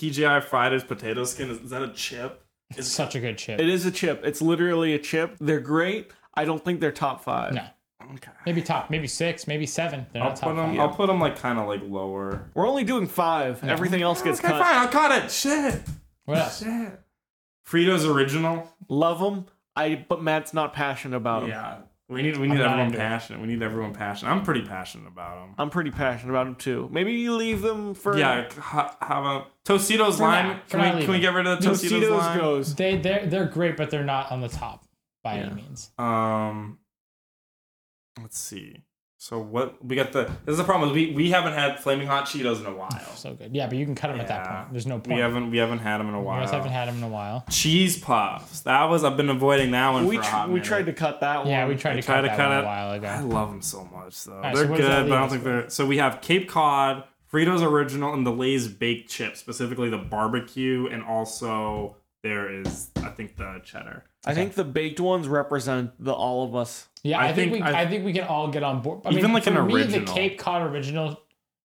S3: TGI Fridays potato skin is, is that a chip?
S1: It's such a good chip.
S2: It is a chip. It's literally a chip. They're great. I don't think they're top five.
S1: No,
S3: Okay.
S1: maybe top, maybe six, maybe seven. They're
S3: I'll
S1: not top
S3: put them.
S1: five.
S3: I'll put them like kind of like lower.
S2: We're only doing five. Everything else gets
S3: Okay,
S2: cut.
S3: fine. I caught it. Shit.
S1: What else?
S3: Shit. Fritos original.
S2: Love them. I but Matt's not passionate about them.
S3: Yeah. We need we need
S1: I'm not
S3: everyone
S1: into it.
S3: passionate. We need everyone passionate. I'm pretty passionate about them.
S2: I'm pretty passionate about them too. Maybe you leave them for
S3: Yeah, ha- have a Tostitos
S1: For
S3: lime.
S1: now, for
S3: can
S1: now,
S3: we
S1: leave
S3: can we
S1: it.
S3: get rid of the Tostitos,
S2: Tostitos
S3: lime?
S2: goes.
S1: They they're they're great, but they're not on the top by any means.
S3: Um, let's see. So what we got the this is the problem is we we haven't had flaming hot Cheetos in a while.
S1: So good. Yeah, but you can cut them at that
S3: Yeah.
S1: point. There's no
S3: We
S1: point.
S3: haven't we haven't had them in a
S1: You
S3: while.
S1: guys haven't had them in a while.
S3: Cheese puffs. That was I've been avoiding that one.
S2: We
S3: for a
S2: tr-
S3: hot
S2: we
S3: minute.
S2: tried to cut that one.
S1: Yeah, we tried
S3: I
S1: to
S3: tried
S1: cut
S3: to
S1: that
S3: cut
S1: one
S3: it.
S1: a while
S3: I
S1: ago.
S3: love them so much though.
S1: right, so
S3: they're
S1: what
S3: good,
S1: does that
S3: but I don't
S1: leave us
S3: think they're. So we have Cape Cod, Fritos Original, and the Lay's baked chips, specifically the barbecue, and also there is I think the cheddar.
S2: I think the baked ones represent the all of us.
S1: Yeah,
S3: I
S1: I, think,
S3: think-
S1: we
S3: I-
S1: I, think we can all get on board. I
S3: Even
S1: mean,
S3: like
S1: for
S3: an
S1: me,
S3: original.
S1: the Cape Cod original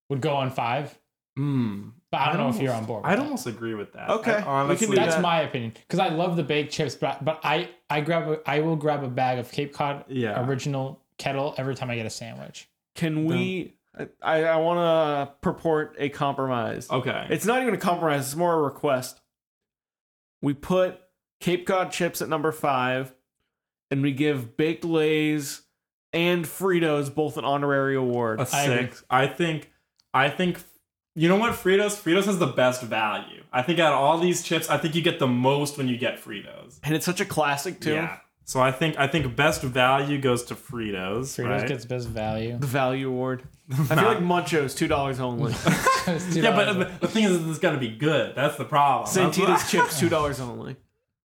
S1: would go on five,
S3: Mm,
S1: but I don't
S3: I'd
S1: know if you're
S3: almost-
S1: on board. with
S3: I'd
S1: that.
S3: almost agree with that.
S2: Okay,
S3: I honestly,
S2: we can do
S1: That's
S2: that.
S1: my opinion because I love the baked chips, but but I I grab a, I will grab a bag of Cape Cod
S3: Yeah.
S1: original kettle every time I get a sandwich.
S2: Can we? I I want to purport a compromise.
S3: okay.
S2: It's not even a compromise. It's more a request. We put Cape Cod chips at number five, and we give baked lays and Fritos both an honorary award.
S3: a
S1: I agree.
S3: six. I, think. I think. You know what, Fritos? Fritos has the best value. I think out of all these chips, I think you get the most when you get Fritos.
S2: and it's such a classic too.
S3: Yeah. So I think I think best value goes to Fritos.
S1: Fritos
S3: right?
S1: gets best value.
S2: The value award. I feel like Munchos, two dollars only.
S3: yeah, but, but the thing is, it's got to be good. That's the problem. That's what-
S2: Santita's chips, two dollars only.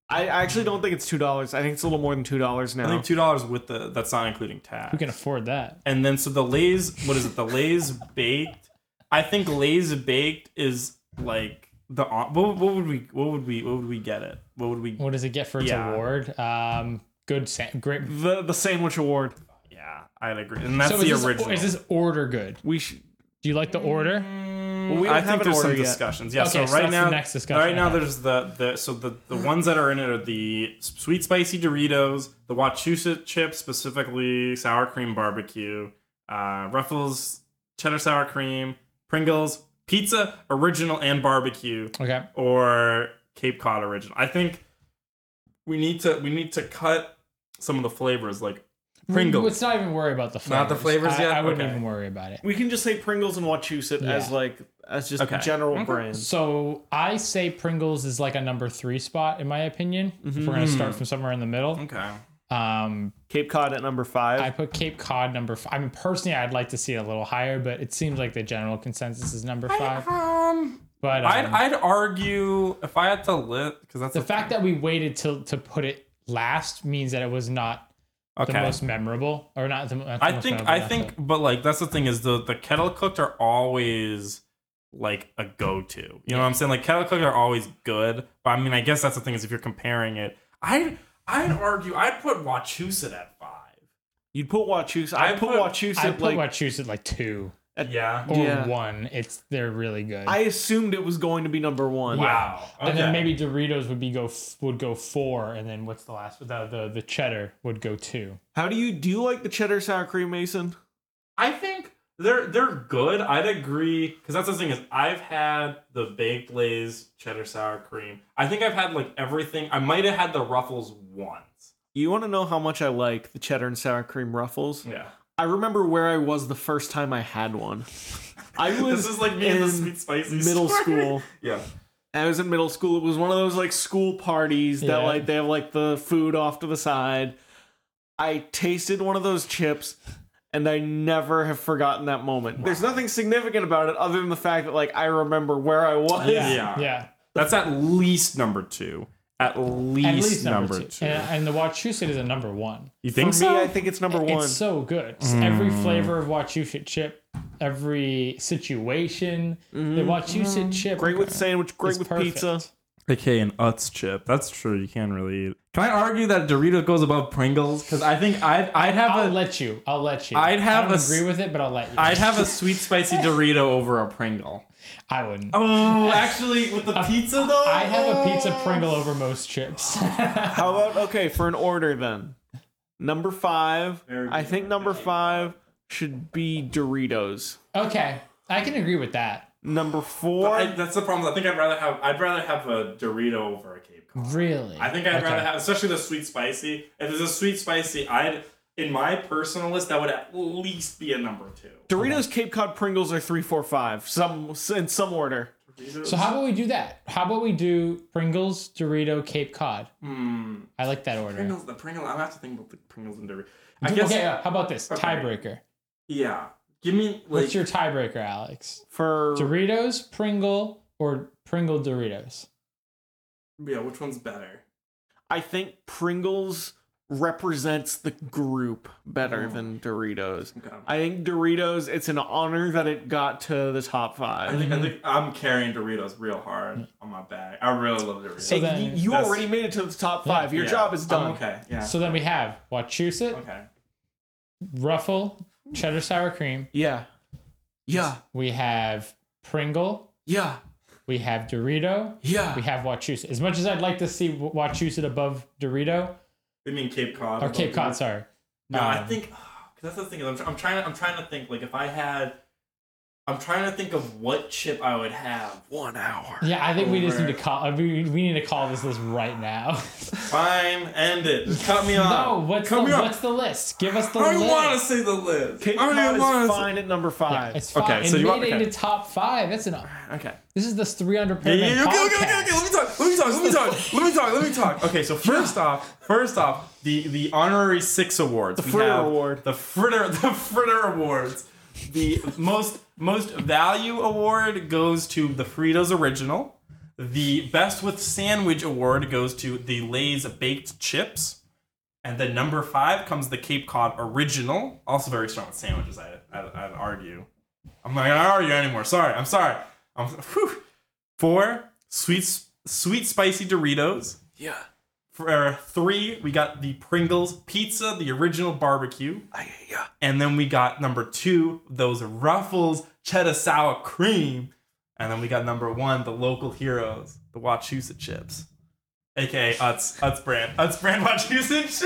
S2: I I actually don't think it's two dollars. I think it's a little more than two dollars now.
S3: I think two dollars with the that's not including tax.
S1: who can afford that?
S3: and then so the Lay's what is it? The Lay's baked. I think Lay's baked is like the what, what would we what would we what would we get it? What would we?
S1: What does it get for its
S3: Yeah.
S1: award? Um, good sa- great.
S2: the the sandwich award.
S3: Yeah, I'd agree. And that's
S1: so
S3: the
S1: is this,
S3: original.
S1: Is this order good?
S2: We should.
S1: Do you like the order?
S2: we don't
S3: I
S2: have
S3: think
S2: an
S3: there's some
S2: order yet.
S3: discussions. Yeah,
S1: Okay,
S3: so right
S1: so that's the
S3: now,
S1: next discussion.
S3: right now,
S1: Okay.
S3: there's the, the so the, the ones that are in it are the sweet spicy Doritos, the Wachusett chips, specifically sour cream barbecue, uh, Ruffles cheddar sour cream, Pringles, pizza original and barbecue,
S1: Okay.
S3: or Cape Cod original. I think we need to we need to cut some of the flavors like
S1: Mm-hmm.
S3: Pringles.
S1: Let's not even worry about the flavors.
S3: Not the flavors
S1: I,
S3: yet?
S1: I wouldn't
S3: Okay.
S1: even worry about it.
S2: We can just say Pringles and Wachusett
S1: Yeah.
S2: as like as just
S3: Okay.
S2: general brands.
S1: So I say Pringles is like a number three spot in my opinion. If we're gonna
S3: Mm-hmm.
S1: start from somewhere in the middle,
S3: okay.
S1: um,
S2: Cape Cod at number five.
S1: I put Cape Cod number. Five. I mean, personally, I'd like to see it a little higher, but it seems like the general consensus is number five.
S3: Um,
S1: But um,
S3: I'd, I'd argue if I had to lit because that's
S1: the
S3: a-
S1: fact that we waited till to put it last means that it was not
S3: okay.
S1: the most memorable, or not the. not the
S3: I
S1: most
S3: think
S1: memorable,
S3: I
S1: not
S3: think,
S1: the-
S3: but like that's the thing is the the kettle cooked are always like a go to. You know what I'm saying? Like kettle cooked are always good, but I mean I guess that's the thing is if you're comparing it, I I'd argue I'd put Wachusett at five.
S2: You'd put Wachusett.
S3: I
S2: I put
S3: put-
S2: Wachusett
S1: I put
S2: like
S1: Wachusett like two
S3: Yeah.
S1: or
S2: Yeah.
S1: one. It's they're really good.
S2: I assumed it was going to be number one.
S3: Wow.
S1: And then
S3: Okay.
S1: maybe Doritos would be go f- would go four, and then what's the last? The the, the cheddar would go two.
S2: How do you do? You like the cheddar sour cream, Mason?
S3: I think they're they're good. I'd agree because that's the thing is I've had the baked Lay's cheddar sour cream. I think I've had like everything. I might have had the Ruffles once.
S2: You want to know how much I like the cheddar and sour cream ruffles?
S3: Yeah.
S2: I remember where I was the first time I had one. I was
S3: This is like me and the
S2: in
S3: sweet spicy
S2: middle
S3: story.
S2: school.
S3: Yeah.
S2: I was in middle school. It was one of those like school parties that
S1: Yeah.
S2: like they have like the food off to the side. I tasted one of those chips and I never have forgotten that moment. There's nothing significant about it other than the fact that like I remember where I was.
S1: Yeah.
S3: Yeah.
S1: Yeah.
S3: That's at least number two. At least,
S1: At least
S3: number, two.
S1: And, and the Wachusett is a number one.
S3: you
S2: For
S3: think
S2: me,
S3: so?
S2: I think it's number one.
S1: It's so good. Just Every flavor of Wachusett chip, every situation.
S2: Mm-hmm.
S1: The Wachusett chip.
S2: great with sandwich, great
S1: is
S2: with
S1: perfect.
S2: pizza.
S4: Okay, an Utz chip. That's true. You can't really eat. Can I argue that Dorito goes above Pringles? Because I think I'd I'd
S1: I'll
S4: have a
S1: let you. I'll let you.
S4: I'd have
S1: I don't
S4: a s-
S1: agree with it, but I'll let you.
S4: I'd have a sweet spicy Dorito over a Pringle.
S1: I wouldn't.
S4: Oh, actually, with the pizza though. Oh.
S1: I have a pizza Pringle over most chips.
S2: How about okay for an order then? Number five. I think number five should be Doritos.
S1: okay, I can agree with that.
S2: Number
S3: But
S2: four.
S3: I- that's the problem. I think I'd rather have I'd rather have a Dorito over a Cape Cod.
S1: Really?
S3: I think I'd
S1: Okay.
S3: rather have, especially the sweet spicy. If there's a sweet spicy, I'd in my personal list that would at least be a number two.
S2: Doritos, Cape Cod, Pringles are three, four, five. Some in some order.
S1: So how about we do that? How about we do Pringles, Dorito, Cape Cod? I like that order.
S3: Hmm. Pringles, the Pringle. I'm gonna have to think about the Pringles and Dorito. I
S1: Okay,
S3: guess
S1: yeah, how about this
S3: Okay.
S1: tiebreaker?
S3: yeah. Give me like
S1: What's your tiebreaker, Alex?
S2: for
S1: Doritos, Pringle, or Pringle Doritos?
S3: yeah. Which one's better?
S2: I think Pringles represents the group better than Doritos.
S3: Okay.
S2: I think Doritos, it's an honor that it got to the top
S3: I
S2: five.
S3: think, I think I'm carrying Doritos real hard on my back. I really love Doritos.
S1: So
S2: Hey,
S1: then-
S2: you- you
S3: That's-
S2: already made it to the top five. Your
S3: Yeah.
S2: job is
S3: I'm
S2: done.
S3: okay. Yeah.
S1: So then we have Wachusett,
S3: okay.
S1: Ruffle, Cheddar Sour Cream.
S2: Yeah. Yeah.
S1: We have Pringle.
S2: Yeah.
S1: We have Dorito.
S2: Yeah.
S1: We have Wachusett. As much as I'd like to see Wachusett above Dorito
S3: You mean Cape Cod?
S1: or Cape Cod, sorry.
S3: No, I
S1: Um,
S3: think because that's the thing. is I'm, tr- I'm trying. I'm trying to think. Like if I had, I'm trying to think of what chip I would have.
S2: One hour.
S1: Yeah, I think we just need to
S3: Over.
S1: call. uh, We, we need to call this list right now.
S3: Fine, end it. Just cut me
S1: no,
S3: off.
S1: what's the,
S3: cut me off.
S1: what's the list? Give us the
S3: I
S1: list.
S3: don't want to see the list.
S2: Cape
S3: I don't
S2: Cod
S3: even
S2: is
S3: wanna see-
S2: fine at number five.
S1: It's fine.
S3: Okay,
S1: Okay,
S3: so you
S1: made
S3: want-
S1: it
S3: okay.
S1: into top five. That's enough.
S3: Okay.
S1: This is the 300
S3: Yeah,
S1: pair
S3: yeah,
S1: yeah,
S3: yeah, okay, okay, okay,
S1: podcast.
S3: okay. Let me talk. Let me talk. Let me talk. Let me talk. Let me talk. Okay, so first off, first off, the the honorary six awards. The
S2: Fritter Award.
S3: The fritter. The fritter awards. The most most value award goes to the Fritos original. The best with sandwich award goes to the Lay's baked chips. And then number five comes the Cape Cod original. Also very strong with sandwiches. I I I'd argue. I'm not gonna argue anymore. Sorry. I'm sorry. I'm. Whew. Four sweet sweet spicy Doritos.
S2: Yeah.
S3: For uh, three, we got the Pringles pizza, the original barbecue,
S2: I, yeah.
S3: and then we got number two, those Ruffles cheddar sour cream, and then we got number one, the local heroes, the Wachusett chips, aka Utz Utz brand Utz brand Wachusett chips.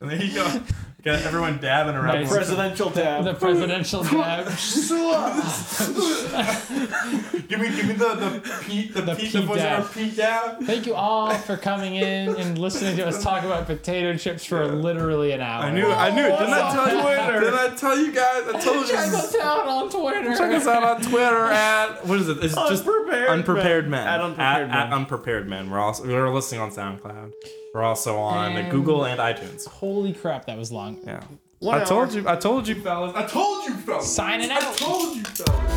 S3: and there you go. Got everyone dabbing around.
S1: Nice.
S2: Presidential tab.
S1: The presidential tab.
S3: give me, give me the the Pete, the,
S1: The
S3: Pete, the
S1: Pete
S3: voice of our
S1: dab.
S3: Pete dab.
S1: Thank you all for coming in and listening to us talk about potato chips for literally an hour.
S3: I knew, I knew. Didn't I tell you?
S2: Twitter.
S3: Didn't I tell you guys? I told you.
S1: Check us out on
S3: Check us
S1: Twitter.
S3: out on Twitter at what is it? It's just
S2: Unprepared
S3: unprepared
S2: Men.
S3: men.
S2: At Unprepared
S3: At- at
S2: Men.
S3: unprepared men. We're also we're listening on SoundCloud. We're also on
S1: And-
S3: Google and iTunes.
S1: Holy crap, that was long.
S3: Yeah.
S2: One
S3: I
S2: hour.
S3: told you. I told you, fellas. I told you, fellas.
S1: Signing out.
S3: I told you, fellas.